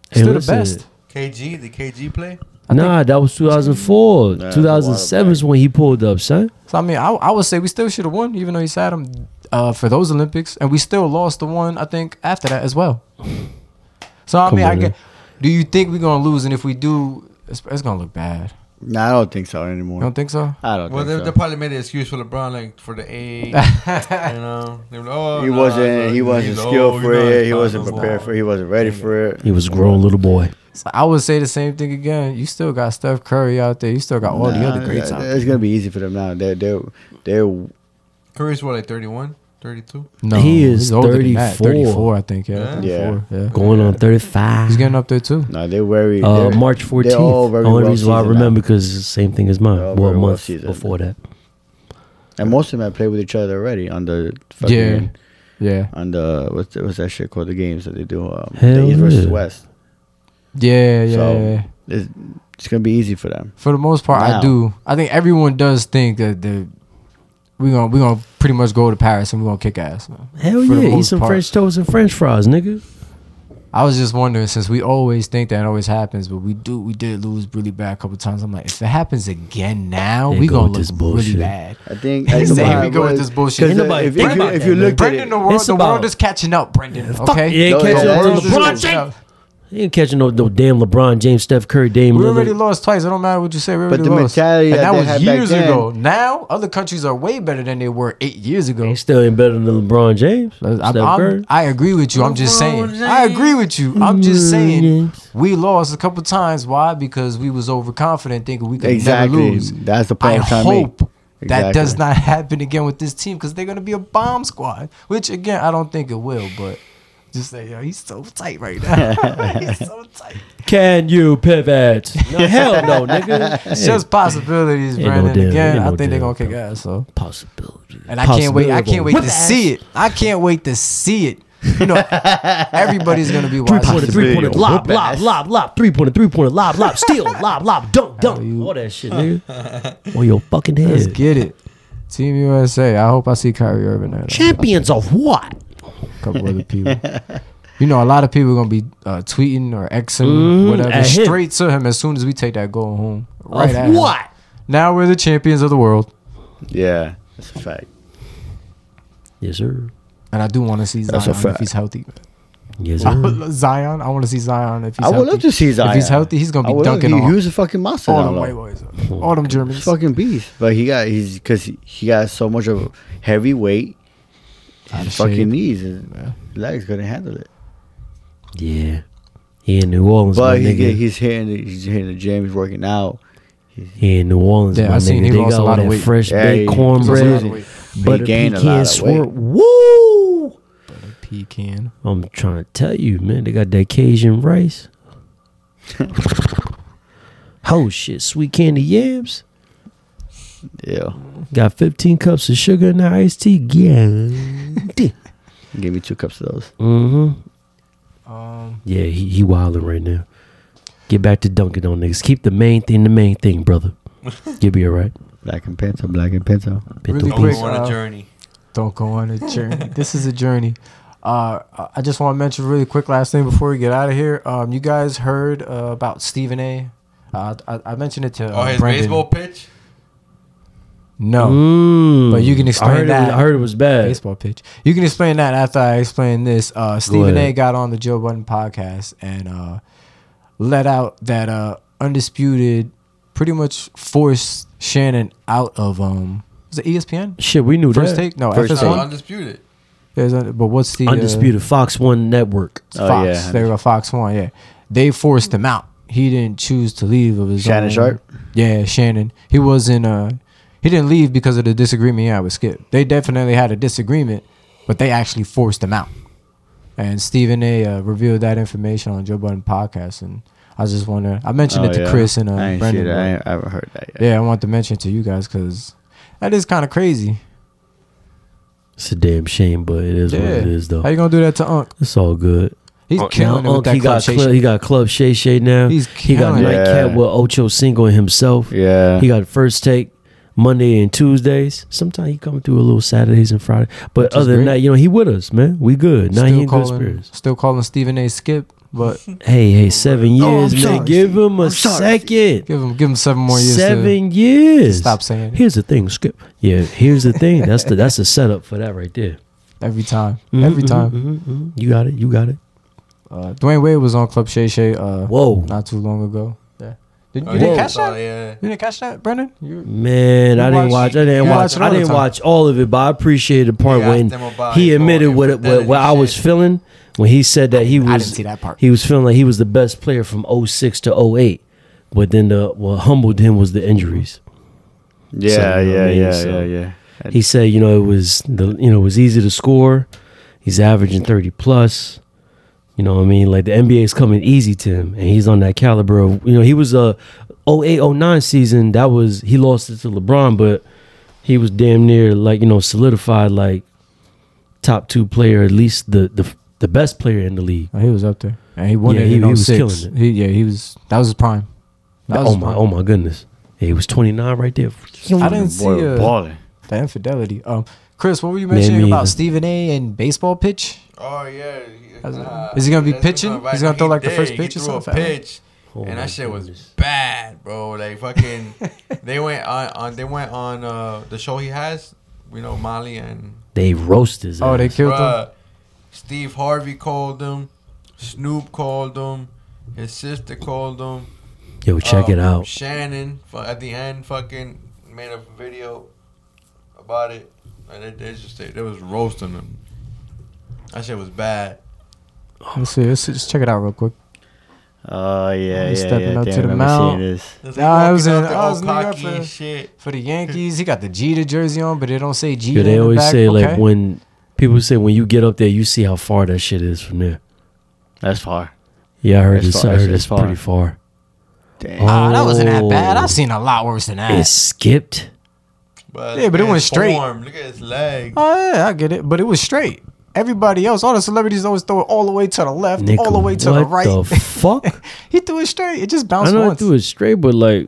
Hey,
Still the
listen,
best.
KG, the KG play.
I
nah, that was 2004.
Nah,
2007 is when he pulled up, son.
So I mean, I, I would say we still should have won, even though he sat him uh, for those Olympics, and we still lost the one I think after that as well. So I
Come
mean, I
on,
get,
man.
do you think we're gonna lose? And if we do, it's, it's gonna look bad.
Nah, I don't think so
You
anymore.
don't think so?
I don't
Well, they,
think
they
so.
probably made an excuse for LeBron, like for the A. you know, they were, oh,
He
nah,
wasn't.
look,
He wasn't
he's
skilled
old,
for
he's not
it. He
responsible.
wasn't prepared for. it. He wasn't ready for it.
He was a grown little boy.
So I would say the same thing again. You still got Steph Curry out there. You still got
oh,
all the
Nah,
other greats
that-
out there.
It's gonna be easy for them now. They they they
Curry's what, like 31, 32?
No,
He is
he's older than that.
34.
34, I think. Yeah,
Yeah.
34, yeah.
Going on 35.
He's getting up there too.
no they worry.
uh,
they're-
March 14th.
they're all
The
very
only
well
reason why I
seasoned now.
remember because it's the same thing as mine.
They're all
Well, a
very well
month
seasoned.
before that.
And most of them have played with each other already on the fucking
Yeah, yeah,
on the what's, what's that shit called the games that they do um,
Hell
the East versus
yeah.
West.
yeah, yeah.
So-
yeah.
It's, it's gonna be easy for them.
For the most part, I
Now.
do. I think everyone does think that the we gonna we gonna pretty much go to Paris and we are gonna kick ass. Man.
Hell
For the
yeah. Eat
most
some
part.
French toast and French fries, nigga.
I was just wondering since we always think that it always happens, but we do we did lose really bad a couple times. I'm like, if it happens again now,
There
we
go
gonna
with
look
this
really
bullshit.
bad.
I think.
He
I
said,
think
"Here we
it
go with
was-
this bullshit."
'cause
Ain't nobody
If, if,
think
you,
about
if
that,
you
man.
looked at
Brendan,
it,
the world,
It's
the world
about-
is catching up. Brendan,
Fuck,
okay,
you ain't
No,
catching
yeah,
no
that's
The world
LeBron
is
true.
James.
catching up.
You ain't catching no, no damn LeBron James, Steph Curry, Dame
We
Lillard.
already lost twice. It don't matter what you say. We already
the
lost.
mentality
and
that
that
they
was
had back
years
then-
ago. Now other countries are way better than they were eight years ago.
They still ain't better than LeBron James.
I'm-
Steph
I'm-
Curry.
i agree with you. I'm just saying. I agree with you. I'm
Mm-hmm.
just saying. We lost a couple times. Why? Because we was overconfident, thinking we could never
exactly.
lose.
That's the point
I
I'm trying to make.
hope that does
Exactly.
not happen again with this team because they're gonna be a bomb squad. Which again, I don't think it will. But just say, yo, he's so tight right now. he's so tight.
Can you pivot? No, hell no, nigga.
It's just possibilities,
Ain't no
Brandon.
deal.
again,
Ain't
I
no
think they're
deal.
gonna kick ass. So.
possibility.
And I can't wait. I can't wait to
Possibility.
see it. I can't wait to see it. You know, everybody's gonna be
Three
watching.
pointer,
this.
three pointer,
Possibility.
lob, lob,
Whoop-ass.
lob, lob, three pointer, three pointer, lob, lob, steal, lob, lob, dunk, dunk, all that shit, nigga. On your fucking
Let's
head.
get it. Team USA. I hope I see Kyrie Irving and a
Champions of what?
couple other people. You know, a lot of people are gonna be uh, tweeting or Xing
Mm-hmm.
Mhm,
whatever
at him.
straight to him as soon as we take that goal home. Right at
of
him.
what?
Now we're the champions of the world,
Yeah, that's a fact.
Yes, sir.
and I do want to see
That's a
Zion if
fact. Mm-hmm.
he's healthy.
Yes,
I would
sir.
love Zion, I want to see Zion if he's
I would
healthy.
love to see Zion.
If he's healthy, he's gonna
I
be
would love-
dunking
he,
on
he was a fucking monster.
all
down
them
low.
white boys, all them Germans.
He's a fucking beast. But he got he's because he, he got so much of a heavy weight.
Out of
His fucking
shape.
knees and legs couldn't handle it.
Yeah. He in New Orleans,
But
my
he,
nigga.
he's hitting the, he's hitting the gym. He's working out.
he in New Orleans,
Yeah,
my
I seen
nigga.
he
They
lost
got
a
all
lot of
that
weight.
fresh
Yeah, he-
baked
he's
lost a lot of
cornbread,
weight.
butter
gained a lot
pecan
of
swirl.
weight.
Woo!
Pecan.
I'm trying to tell you, man. They got that Cajun rice. oh shit, sweet candy yams.
Yeah,
Got 15 cups of sugar in the iced tea. Yeah.
give me two cups of those.
hmm
Um,
Yeah, he, he wilding right now. Get back to dunking on niggas. Keep the main thing the main thing, brother. You'll be all right.
Black and pencil, black and pencil.
Been
Really
through
Don't
quick.
peace.
go on
uh,
a journey.
don't go on a journey. this is a journey. Uh, I- I just want to mention really quick last thing before we get out of here. Um, you guys heard uh, about Stephen A. Uh, I, I mentioned it to uh,
Oh, his
Brendan.
baseball pitch.
No,
Mm.
But you can explain
I heard It was,
that.
I heard it was bad.
baseball pitch. You can explain that after I explain this. Uh, Stephen A.
ahead.
got on the Joe Budden podcast and uh, let out that uh, undisputed pretty much forced Shannon out of um. Was it ESPN?
Shit, we knew
First
that.
take? No,
First
No,
That's
FS1.
undisputed.
There's a- but what's the uh,
Undisputed Fox One Network.
Oh,
Fox.
yeah.
They were Fox One. Yeah, they forced him out. He didn't choose to leave of his
Shannon
own.
Sharp?
Yeah, Shannon. He wasn't. Uh, he didn't leave because of the disagreement he had with Skip. They definitely had a disagreement, but they actually forced him out. And Stephen A. Uh, revealed that information on Joe Budden podcast, and I just want to. I mentioned
Oh,
it to
yeah.
Chris and uh,
I ain't see
Brendan.
that.
but-
I, ain't, I haven't heard that yet.
yeah, I want to mention it to you guys because that is kind of crazy.
It's a damn shame, but it is what
Yeah.
it is, though.
How you gonna do that to Unc?
It's all good.
He's
Uh,
killing
now,
it with
Unc,
that
he,
club
got
Shay
club,
Shay.
he got Club Shay Shay now.
He's
he got
killing it.
Nightcat
Yeah.
with Ocho Cinco and himself.
Yeah,
He got first take Monday and Tuesdays. Sometimes he come through a little Saturdays and Friday. But
Which is
other than
great.
that, you know, he with us, man. We good. Now he in good
calling,
spirits.
still calling Stephen A. Skip, but
Hey, hey, seven
Oh, I'm
years, man.
sorry,
Give him a
I'm sorry,
second.
give him give him seven more years.
seven years.
To stop saying it
Here's the thing, Skip. Yeah, here's the thing. That's the that's the setup for that right there.
every time,
Mhm,
every
mhm,
time.
mhm, mhm. You got it. You got it. mm-hmm.
Uh, Dwayne Wade was on Club Shay Shay uh,
Whoa,
not too long ago. Yeah, did, you
Oh,
didn't
yeah.
catch that?
Oh, yeah.
You didn't catch that, Brendan? You,
man. I didn't watch.
watch-
I didn't
you
watch.
watch it
I
all the
didn't
time.
watch all of it, but I appreciated the part
He asked
when
them about
he
his
admitted
own
what it, what, what I
infidelity
was
shit.
feeling when he said that he was.
I didn't see that part.
He was feeling like he was the best player from 06 to 08, but then the what humbled him was the injuries.
yeah,
So, you know what I
yeah,
mean?
yeah,
So-
yeah, yeah.
He said, you know, it was the you know it was easy to score. He's averaging 30 plus. You know what I mean? Like the NBA is coming easy to him, and he's on that caliber of you know he was a 08 09 season that was he lost it to LeBron, but he was damn near like you know solidified like top two player at least the the the best player in the league.
Oh, he was up there, and he won
Yeah,
it.
he-
in
he was
06.
killing it.
He, yeah, he was. That was his prime. That was
Oh
his
my
prime.
oh my goodness. Yeah, he was 29 right there.
I didn't see
Boy,
uh,
balling.
the infidelity. Um, Chris, what were you
Man,
mentioning
me either.
about Stephen A. and baseball pitch?
Oh yeah.
How's it-
Nah,
is he gonna be
that's what's
pitching?
up, right?
He's gonna
He
throw, like, the
did.
first
He
pitch or
threw a
something?
pitch,
Oh
and
my
that shit was
goodness.
bad, bro. Like fucking, they went on, on they went on uh, the show he has. You know, Molly and
They roast his ass.
Oh, they killed him.
Bruh, Steve Harvey called him. Snoop called him. His sister called him.
Yo, check
Oh.
it
Um,
out.
Shannon fu- at the end fucking made a video about it. And it, they just they, they was roasting him. That shit was bad.
Let's see. Let's, let's check it out real quick.
Oh yeah,
He's
yeah,
stepping
yeah. Damn,
up to
I
the
remember
mound.
seeing this.
It
Nah,
like
I was
walking
in-
out the
I was in
old
New York
cocky
for-
and shit.
For the Yankees, he got the Jeter jersey on, but they don't say Jeter.
Yo, they
on the
always
back.
say
okay.
like when people say when you get up there, you see how far that shit is from there.
That's far.
Yeah, I heard
That's
it's
far-
I heard
that's
it's
far.
pretty far.
Damn.
Ah, that wasn't that bad.
Oh.
I've seen a lot worse than that.
It skipped.
But
Yeah, but it
look at
went
his
straight.
form. Look at his leg.
Oh yeah, I get it, but it was straight. Everybody else, all the celebrities always throw it all the way to the left,
Nigga,
all the way to the
What
right.
the fuck?
he threw it straight. It just
I
bounced
know I
once.
threw it straight, but like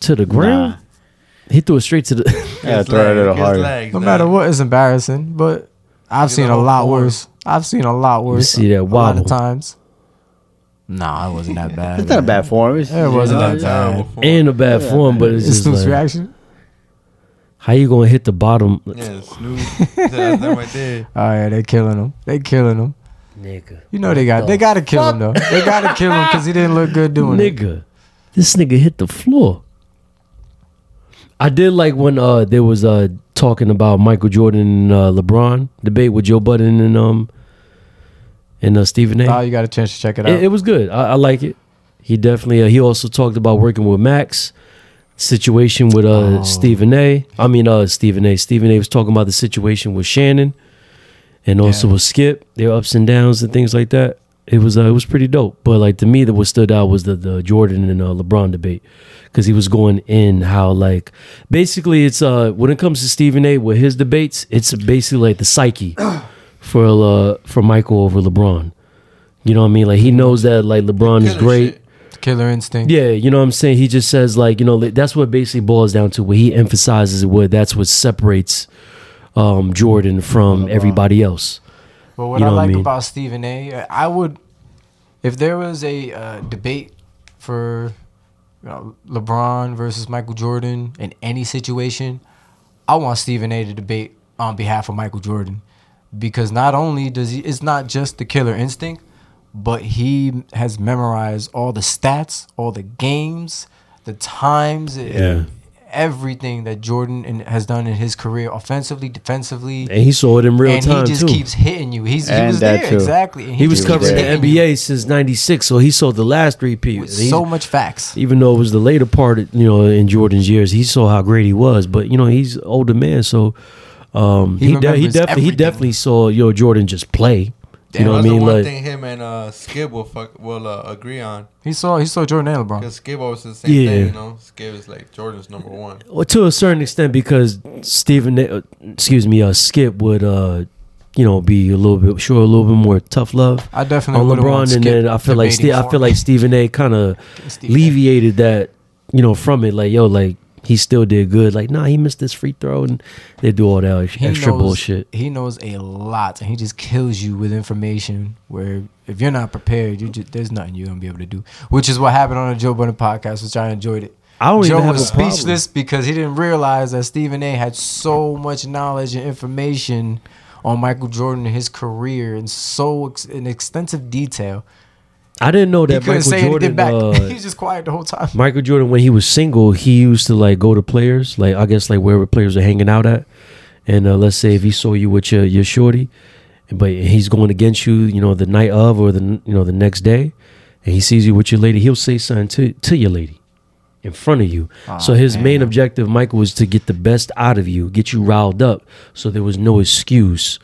to the ground.
Nah.
He threw it straight to the.
Yeah,
His
throw it a
leg,
little
look at
harder.
his legs,
No
nah.
matter what, it's embarrassing. But I've
Look at
seen
the
a
whole
lot
form.
worse. I've seen a lot worse.
see that
a lot
wobble.
of times. Nah, it wasn't that bad.
It's not a bad form. It's,
It wasn't that bad.
Terrible form.
in a bad form, but it's
It's
just
Snoop's
like,
reaction.
how you gonna hit the bottom,
Yeah, Snoop. That's that right there.
Oh yeah, they killing him. They killing him.
nigga?
You know they got they gotta kill him though. They gotta kill him because he didn't look good doing it.
Nigga, this nigga hit the floor. I did like when uh there was uh talking about Michael Jordan and uh, LeBron debate with Joe Budden and um and uh, Stephen A.
Oh, you got a chance to check it out.
It, it was good. I, I like it. He definitely. Uh, he also talked about working with Max situation with uh
Oh.
Stephen A. I mean uh Stephen A. Stephen A. was talking about the situation with Shannon, and also
Yeah.
with Skip. Their ups and downs and things like that. It was uh, it was pretty dope. But like to me, that what stood out was the the Jordan and uh, LeBron debate because he was going in how like basically it's uh when it comes to Stephen A. with his debates, it's basically like the psyche for uh for Michael over LeBron. You know what I mean? Like he knows that like LeBron is
Killer
great.
shit.
Killer Instinct.
Yeah, you know what I'm saying? He just says, like, you know, li- that's what it basically boils down to. What he emphasizes, what that's what separates um, Jordan from everybody else.
But what
You know
I
what I
like
mean?
about Stephen A, I would, if there was a uh, debate for you know, LeBron versus Michael Jordan in any situation, I want Stephen A to debate on behalf of Michael Jordan because not only does he, it's not just the killer instinct, but he has memorized all the stats, all the games, the times,
Yeah.
everything that Jordan in, has done in his career, offensively, defensively
And he saw it in real
and
time,
he just
too.
keeps hitting you. He's he
And
was
that
there
too.
exactly. And
he was
just
covering
keeps
the
there.
hitting you
NBA since 96, so he saw the last three
with
people.
so much facts.
even though it was the later part, you know, in Jordan's years, he saw how great he was. But you know, he's an older man, so um,
He
he de- he
remembers
definitely he
everything.
definitely saw you know Jordan just play. you know what I
That's
mean?
the one
Like,
thing him and uh, Skip will fuck will uh, agree on
He saw he saw Jordan and LeBron.
because Skip always says the same
Yeah.
thing. You know, Skip is like Jordan's number one.
Well, to a certain extent, because Stephen, uh, excuse me, uh, Skip would, uh, you know, be a little bit, sure, a little bit more tough love
I definitely
on
wouldn't want
LeBron, and
Skip
then I feel like
debating
Ste- I
for
feel
him.
like Stephen A. kind of
Stephen A.
alleviated that, you know, from it. Like, yo, like he still did good. Like, nah, he missed this free throw, and they do all that
He
extra
knows-
bullshit.
He knows a lot, and he just kills you with information. Where if you're not prepared, you just, there's nothing you're gonna be able to do. Which is what happened on the Joe Budden podcast, which I enjoyed it.
I don't
Joe
even have
was
a problem.
speechless because he didn't realize that Stephen A. had so much knowledge and information on Michael Jordan and his career in so ex- in extensive detail.
I didn't know
He
that
couldn't
Michael
say anything
Jordan.
back.
uh,
he was just quiet the whole time.
Michael Jordan, when he was single, he used to like go to players, like I guess like wherever players are hanging out at, and uh, let's say if he saw you with your your shorty, but he's going against you, you know, the night of or the n- you know the next day, and he sees you with your lady, he'll say something to to your lady, in front of you. so his main objective, Michael, was to get the best out of you, get you riled up, so there was no excuse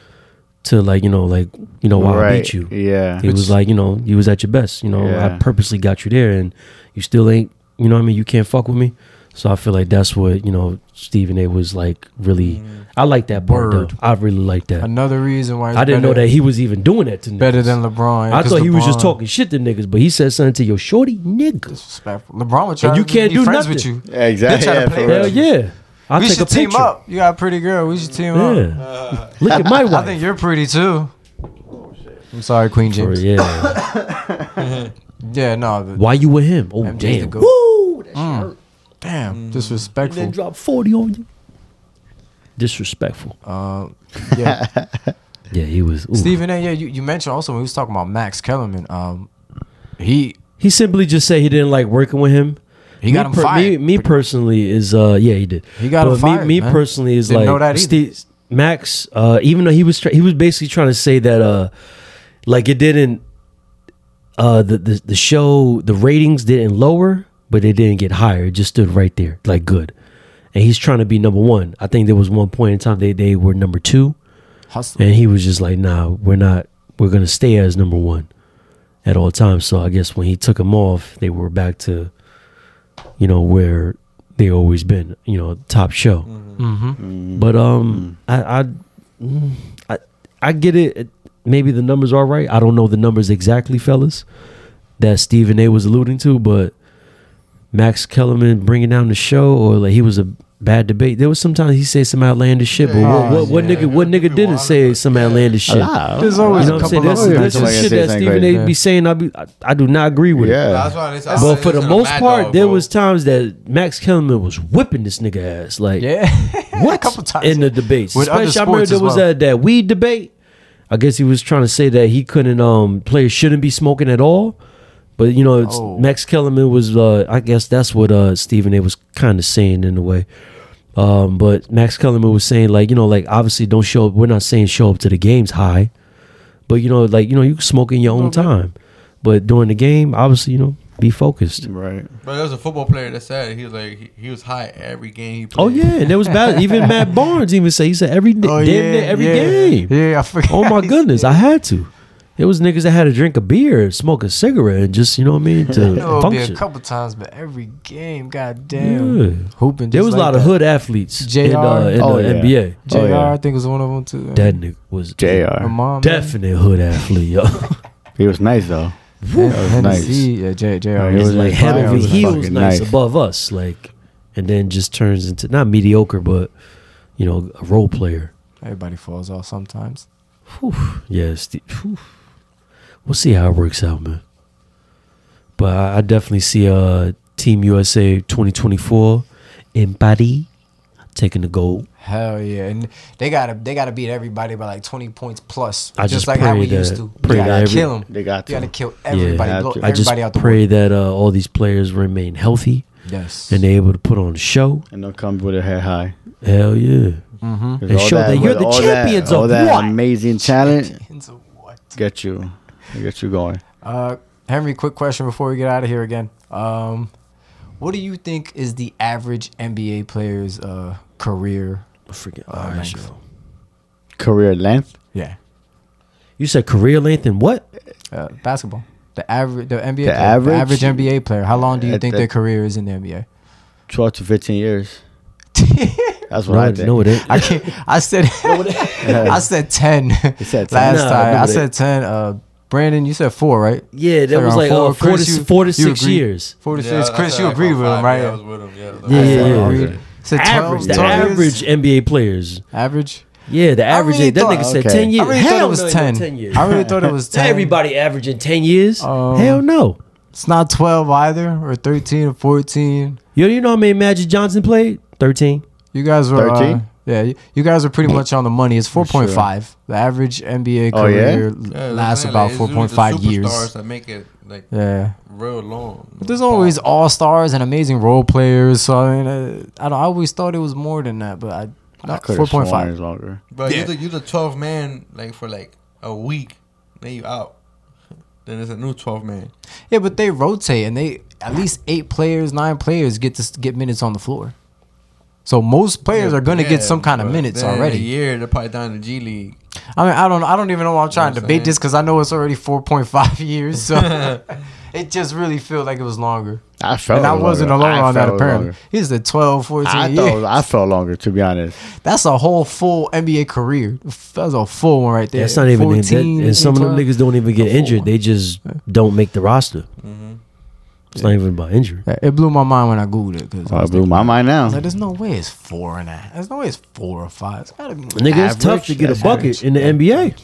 to like you know like you know why I beat you.
Yeah.
It was like, you know, you was at your best. You know, I
Yeah.
purposely got you there and you still ain't, you know what I mean? You can't fuck with me. So I feel like that's what, you know, Stephen A was like really I like that part.
Word.
though. I really like that.
Another reason why it's
I didn't know
better-
that he was even doing that to niggas.
better than LeBron.
I
'cause
thought he was just
LeBron-
talking shit to niggas, but he said something to your shorty niggas.
disrespectful. LeBron would try
And you
to
can't
be
do
friends
nothing.
with you.
Yeah, exactly.
They try to
Yeah,
play
for
that
real.
Hell yeah. I'll
we
take
should
a picture.
team up. You got a pretty girl. We should team up.
Yeah. Look at my
I
wife.
think you're pretty too. I'm sorry, Queen
Or,
James.
yeah.
Yeah, no. but-
Why you with him? Oh
MJ's the
damn.
goat.
Woo! That shit
Mm.
hurt.
Damn,
And Mm. then
disrespectful.
drop 40 on you. Disrespectful.
Uh, yeah,
Yeah, he was. ooh.
Stephen A. Yeah, you, you mentioned also when we was talking about Max Kellerman. Um, he
He simply just said he didn't like working with him.
he got him
Me,
fired.
me personally is uh yeah he did.
He got him fired,
Me, me
man.
personally is
Didn't
like
know that either.
Ste- Max. Uh, even though he was try he was basically trying to say that uh like it didn't uh the, the the show the ratings didn't lower but it didn't get higher it just stood right there like good and he's trying to be number one. I think there was one point in time they they were number two.
Hustle.
And he was just like, nah, we're not, we're going to stay as number one at all times. So I guess when he took him off, they were back to, you know, where they always been, you know, top show.
Mm-hmm.
But um, I, I, mm, I, I get it. It- Maybe the numbers are right. I don't know the numbers exactly, fellas, that Stephen A. was alluding to, but Max Kellerman bringing down the show or like he was a bad debate. There was sometimes he said some outlandish shit, but what,
Yeah,
what, what
yeah.
nigga what nigga
People
didn't
honest,
say
but-
some outlandish
A
shit?
lot.
There's
a lot.
You
always a
know what I'm
couple
saying? That's,
of
that's
them.
the shit that
Yeah.
Stephen A. be
Yeah.
saying. I be I, I do not agree with it.
Yeah.
That's why they said.
But for the most part, there was times that Max Kellerman was whipping this nigga ass. Like
Yeah,
what
a couple times
in the debates.
With other
Especially, I remember
sports
there
as
was
well.
that, that weed debate. I guess he was trying to say that he couldn't um players shouldn't be smoking at all. But you know, it's,
Oh.
Max Kellerman was uh I guess that's what uh Stephen A was kind of saying in a way. Um, but Max Kellerman was saying like, you know, like obviously don't show up we're not saying show up to the games high. But you know, like you know, you can smoke in your own time. But during the game, obviously, you know, be focused.
Right.
But there was a football player that said he was like he, he was high every game he played.
Oh yeah, and there was bad. even Matt Barnes even said he said every day, damn near every
Oh, yeah.
game.
Yeah, I forgot.
Oh my goodness, I had to. It was niggas that had to drink a beer, smoke a cigarette, and just you know what I mean to
Oh,
It'll be a
function.
couple times, but every game, goddamn,
Yeah.
hooping.
There
just
was a
like
lot of
that.
hood athletes in, uh,
JR.
in
Oh,
the
yeah.
NBA.
Jr.
Oh, yeah.
I think was one of them too.
That nigga was
Jr.
My mom,
definite hood athlete, yo.
He was nice though.
Man.
was
Hen-
nice.
Hennessy, Yeah, J, JR.
Yeah, he
was
was
It's like
nice.
head
Fire
over
was
heels,
fucking
nice
nice.
above us, like, and then just turns into not mediocre, but you know, a role player.
Everybody falls off sometimes.
Yes, we'll see how it works out, man. But I, I definitely see uh Team USA 2024 in Paris taking the gold.
Hell yeah, and they gotta they gotta beat everybody by like twenty points plus,
I just
like how we
pray that-
used to. You
pray
gotta
that every-
kill them.
They got
Um, You gotta
to.
kill everybody.
Yeah,
blow
I
I just
everybody out the
pray that uh, all these players remain healthy
way. Yes.
and they're able to put on a show.
And they'll come with their head high.
Hell yeah.
mm-hmm.
With
And
all
show that you're
with
the
all
champions
that, all
of
that
what?
amazing talent.
what?
Get you, get you going.
Uh, Henry, quick question before we get out of here again. Um, what do you think is the average NBA player's uh, career?
Freaking
Oh,
Irish,
nice.
yo.
Career length.
Yeah,
You said career length and what?
uh, basketball. The average, the NBA,
The
player,
average?
the average NBA player. How long do you
At
think
the-
their career is in the NBA?
12 to 15 years. That's what
No,
I
it-
think.
no, it ain't.
I can't. I said, I said ten
said 10.
last
Nah,
time. I
nobody-
said ten. Uh, Brandon, you said four, right?
Yeah, that
So
was
around
like
four-
uh, four,
Chris,
to,
you-
four to
you
six
agree?
years.
Four to
Yeah,
six.
I
Chris,
said
you
like
agree
about
with him,
five,
right?
Yeah, I was with him. Yeah, like-
Yeah, yeah, yeah.
Agreed. Said 12,
average, the
12 years?
average NBA players.
average.
Yeah, the average.
really
age- that
thought-
nigga said
okay.
ten years.
I really
Hell
thought it was
no, ain't no
ten.
years.
I really thought it was
Is
ten.
Everybody averaging ten years.
Um,
Hell no.
It's not 12 either, or 13 or 14.
You you know how many Magic Johnson played? Thirteen.
You guys were. uh,
13?
yeah, you- you guys are pretty much on the money. It's 4.5. The average
Mm.
NBA
Oh, yeah?
career l-
Yeah, that's
lasts
what I'm
about
saying, like, it's usually
4.5
the superstars
years.
That make it like
Yeah.
real long.
But there's always all stars and amazing role players. So, I mean, uh, I, don't, I always thought it was more than that, but I.
I
Not
could have sworn
4.5.
it was longer.
But you the you the twelve man like for like a week, then you out. Then there's a new twelve man.
Yeah, but they rotate and they at least eight players, nine players get to s- get minutes on the floor. So most players are going to
Yeah,
get some kind of
but
minutes
then in
already.
A year they're probably down in the G League.
I mean, I don't, I don't even know why I'm trying to
I'm
debate
saying?
this because I know it's already 4.5 years, so it just really feel like it was longer.
I felt
and
it
I
was
wasn't
longer.
alone
I
on that
felt it was
apparently.
longer.
He's the 12, 14
I
years.
thought it was- I felt longer to be honest.
That's a whole full NBA career. That's a full one right there.
That's not even. that-
14,
and some of them
12.
niggas don't even get
The full
injured.
one.
They just don't make the roster. It's not even about injury.
Mm-hmm. Yeah, It blew my mind when I googled it because
Oh, it blew my mind
I was
now.
like, "There's no way it's four and a half. There's no way it's four or five. It's gotta be
Nigga, it's tough
Average,
to get a
that's
bucket
average.
in the NBA.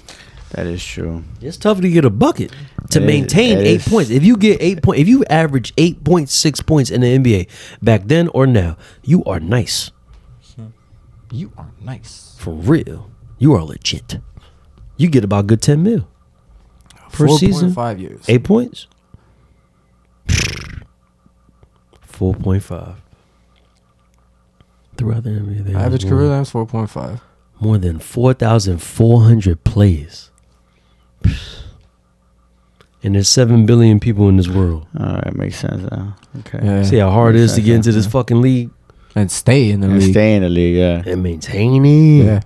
That is true.
It's tough to get a bucket to
It is-
maintain
it
eight
is.
points. If you get eight point, if you average eight point six points in the NBA back then or now, you are nice
You are nice.
for real. You are legit. You get about good ten mil per season.
five years.
Eight points. Four point five. Throughout the NBA, there
Average
was
career
more,
length 4.5.
more than four thousand four hundred plays, and there's seven billion people in this world.
All right, makes sense now. Okay.
Yeah.
See how hard it is to get into this
Yeah.
fucking league
And stay in the
And
league.
stay in the league, yeah.
and maintain it.
Mm.
Yeah.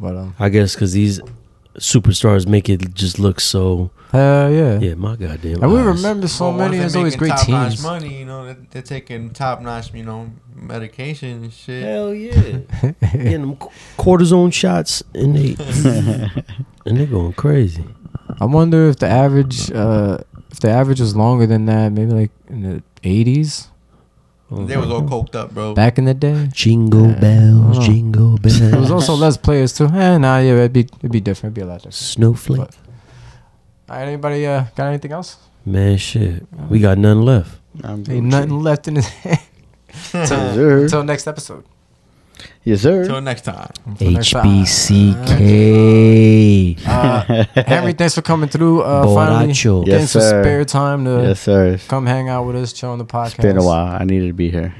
But um,
I guess because these superstars make it just look so.
hell yeah.
Yeah, my goddamn.
And we
eyes.
remember so many. There's always great
top
teams.
money, you know, they're, they're taking top notch, you know, medication and shit.
Hell yeah, getting them qu- cortisone shots and they and they're going crazy.
I wonder if the average, uh, if the average was longer than that, maybe like in the 80s,
They was all coked up, bro.
back in the day.
Jingle bells,
Oh.
jingle bells.
There was also less players too. Eh, nah, yeah, it'd be it'd be different. It'd be a lot different.
snowflake.
All right, anybody uh, got anything else?
Man, shit, we got none left.
I'm
Ain't
Gucci.
nothing left in his hand.
Yes, sir.
Until next episode.
Yes, sir.
Till next time.
Until next time.
HBCK.
Uh, Henry, thanks for coming through. Uh, finally,
Boracho.
getting
Yes,
some
sir.
spare time to
Yes, sir. It's
come hang out with us, chill on the podcast.
been a while. I needed to be here.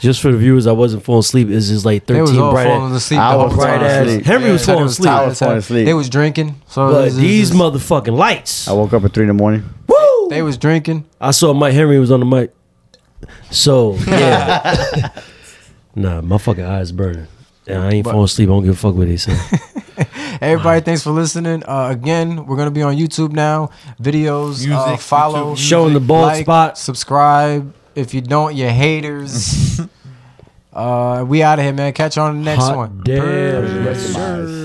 Just for the viewers, I wasn't falling asleep. It's just like
They was
thirteen
all
bright.
falling
ass-
asleep.
I
the
was
whole
falling
time.
asleep.
Henry was falling asleep.
I was falling asleep.
They was drinking. So
But
it was- it was
these
just-
motherfucking lights.
I woke up at three in the morning.
Woo!
they was drinking.
I saw Mike Henry was on the mic. So yeah, nah, my fucking eyes burning. And I ain't
But-
falling asleep. I don't give a fuck what they say.
Everybody, thanks for listening. Uh, again, we're gonna be on YouTube now. Videos,
Music,
uh, follow,
YouTube,
Showing the bald
like,
spots.
subscribe. If you don't, you haters. uh, we out of here, man. Catch you on the next
Hot
one.
damn.
Rest in my eyes.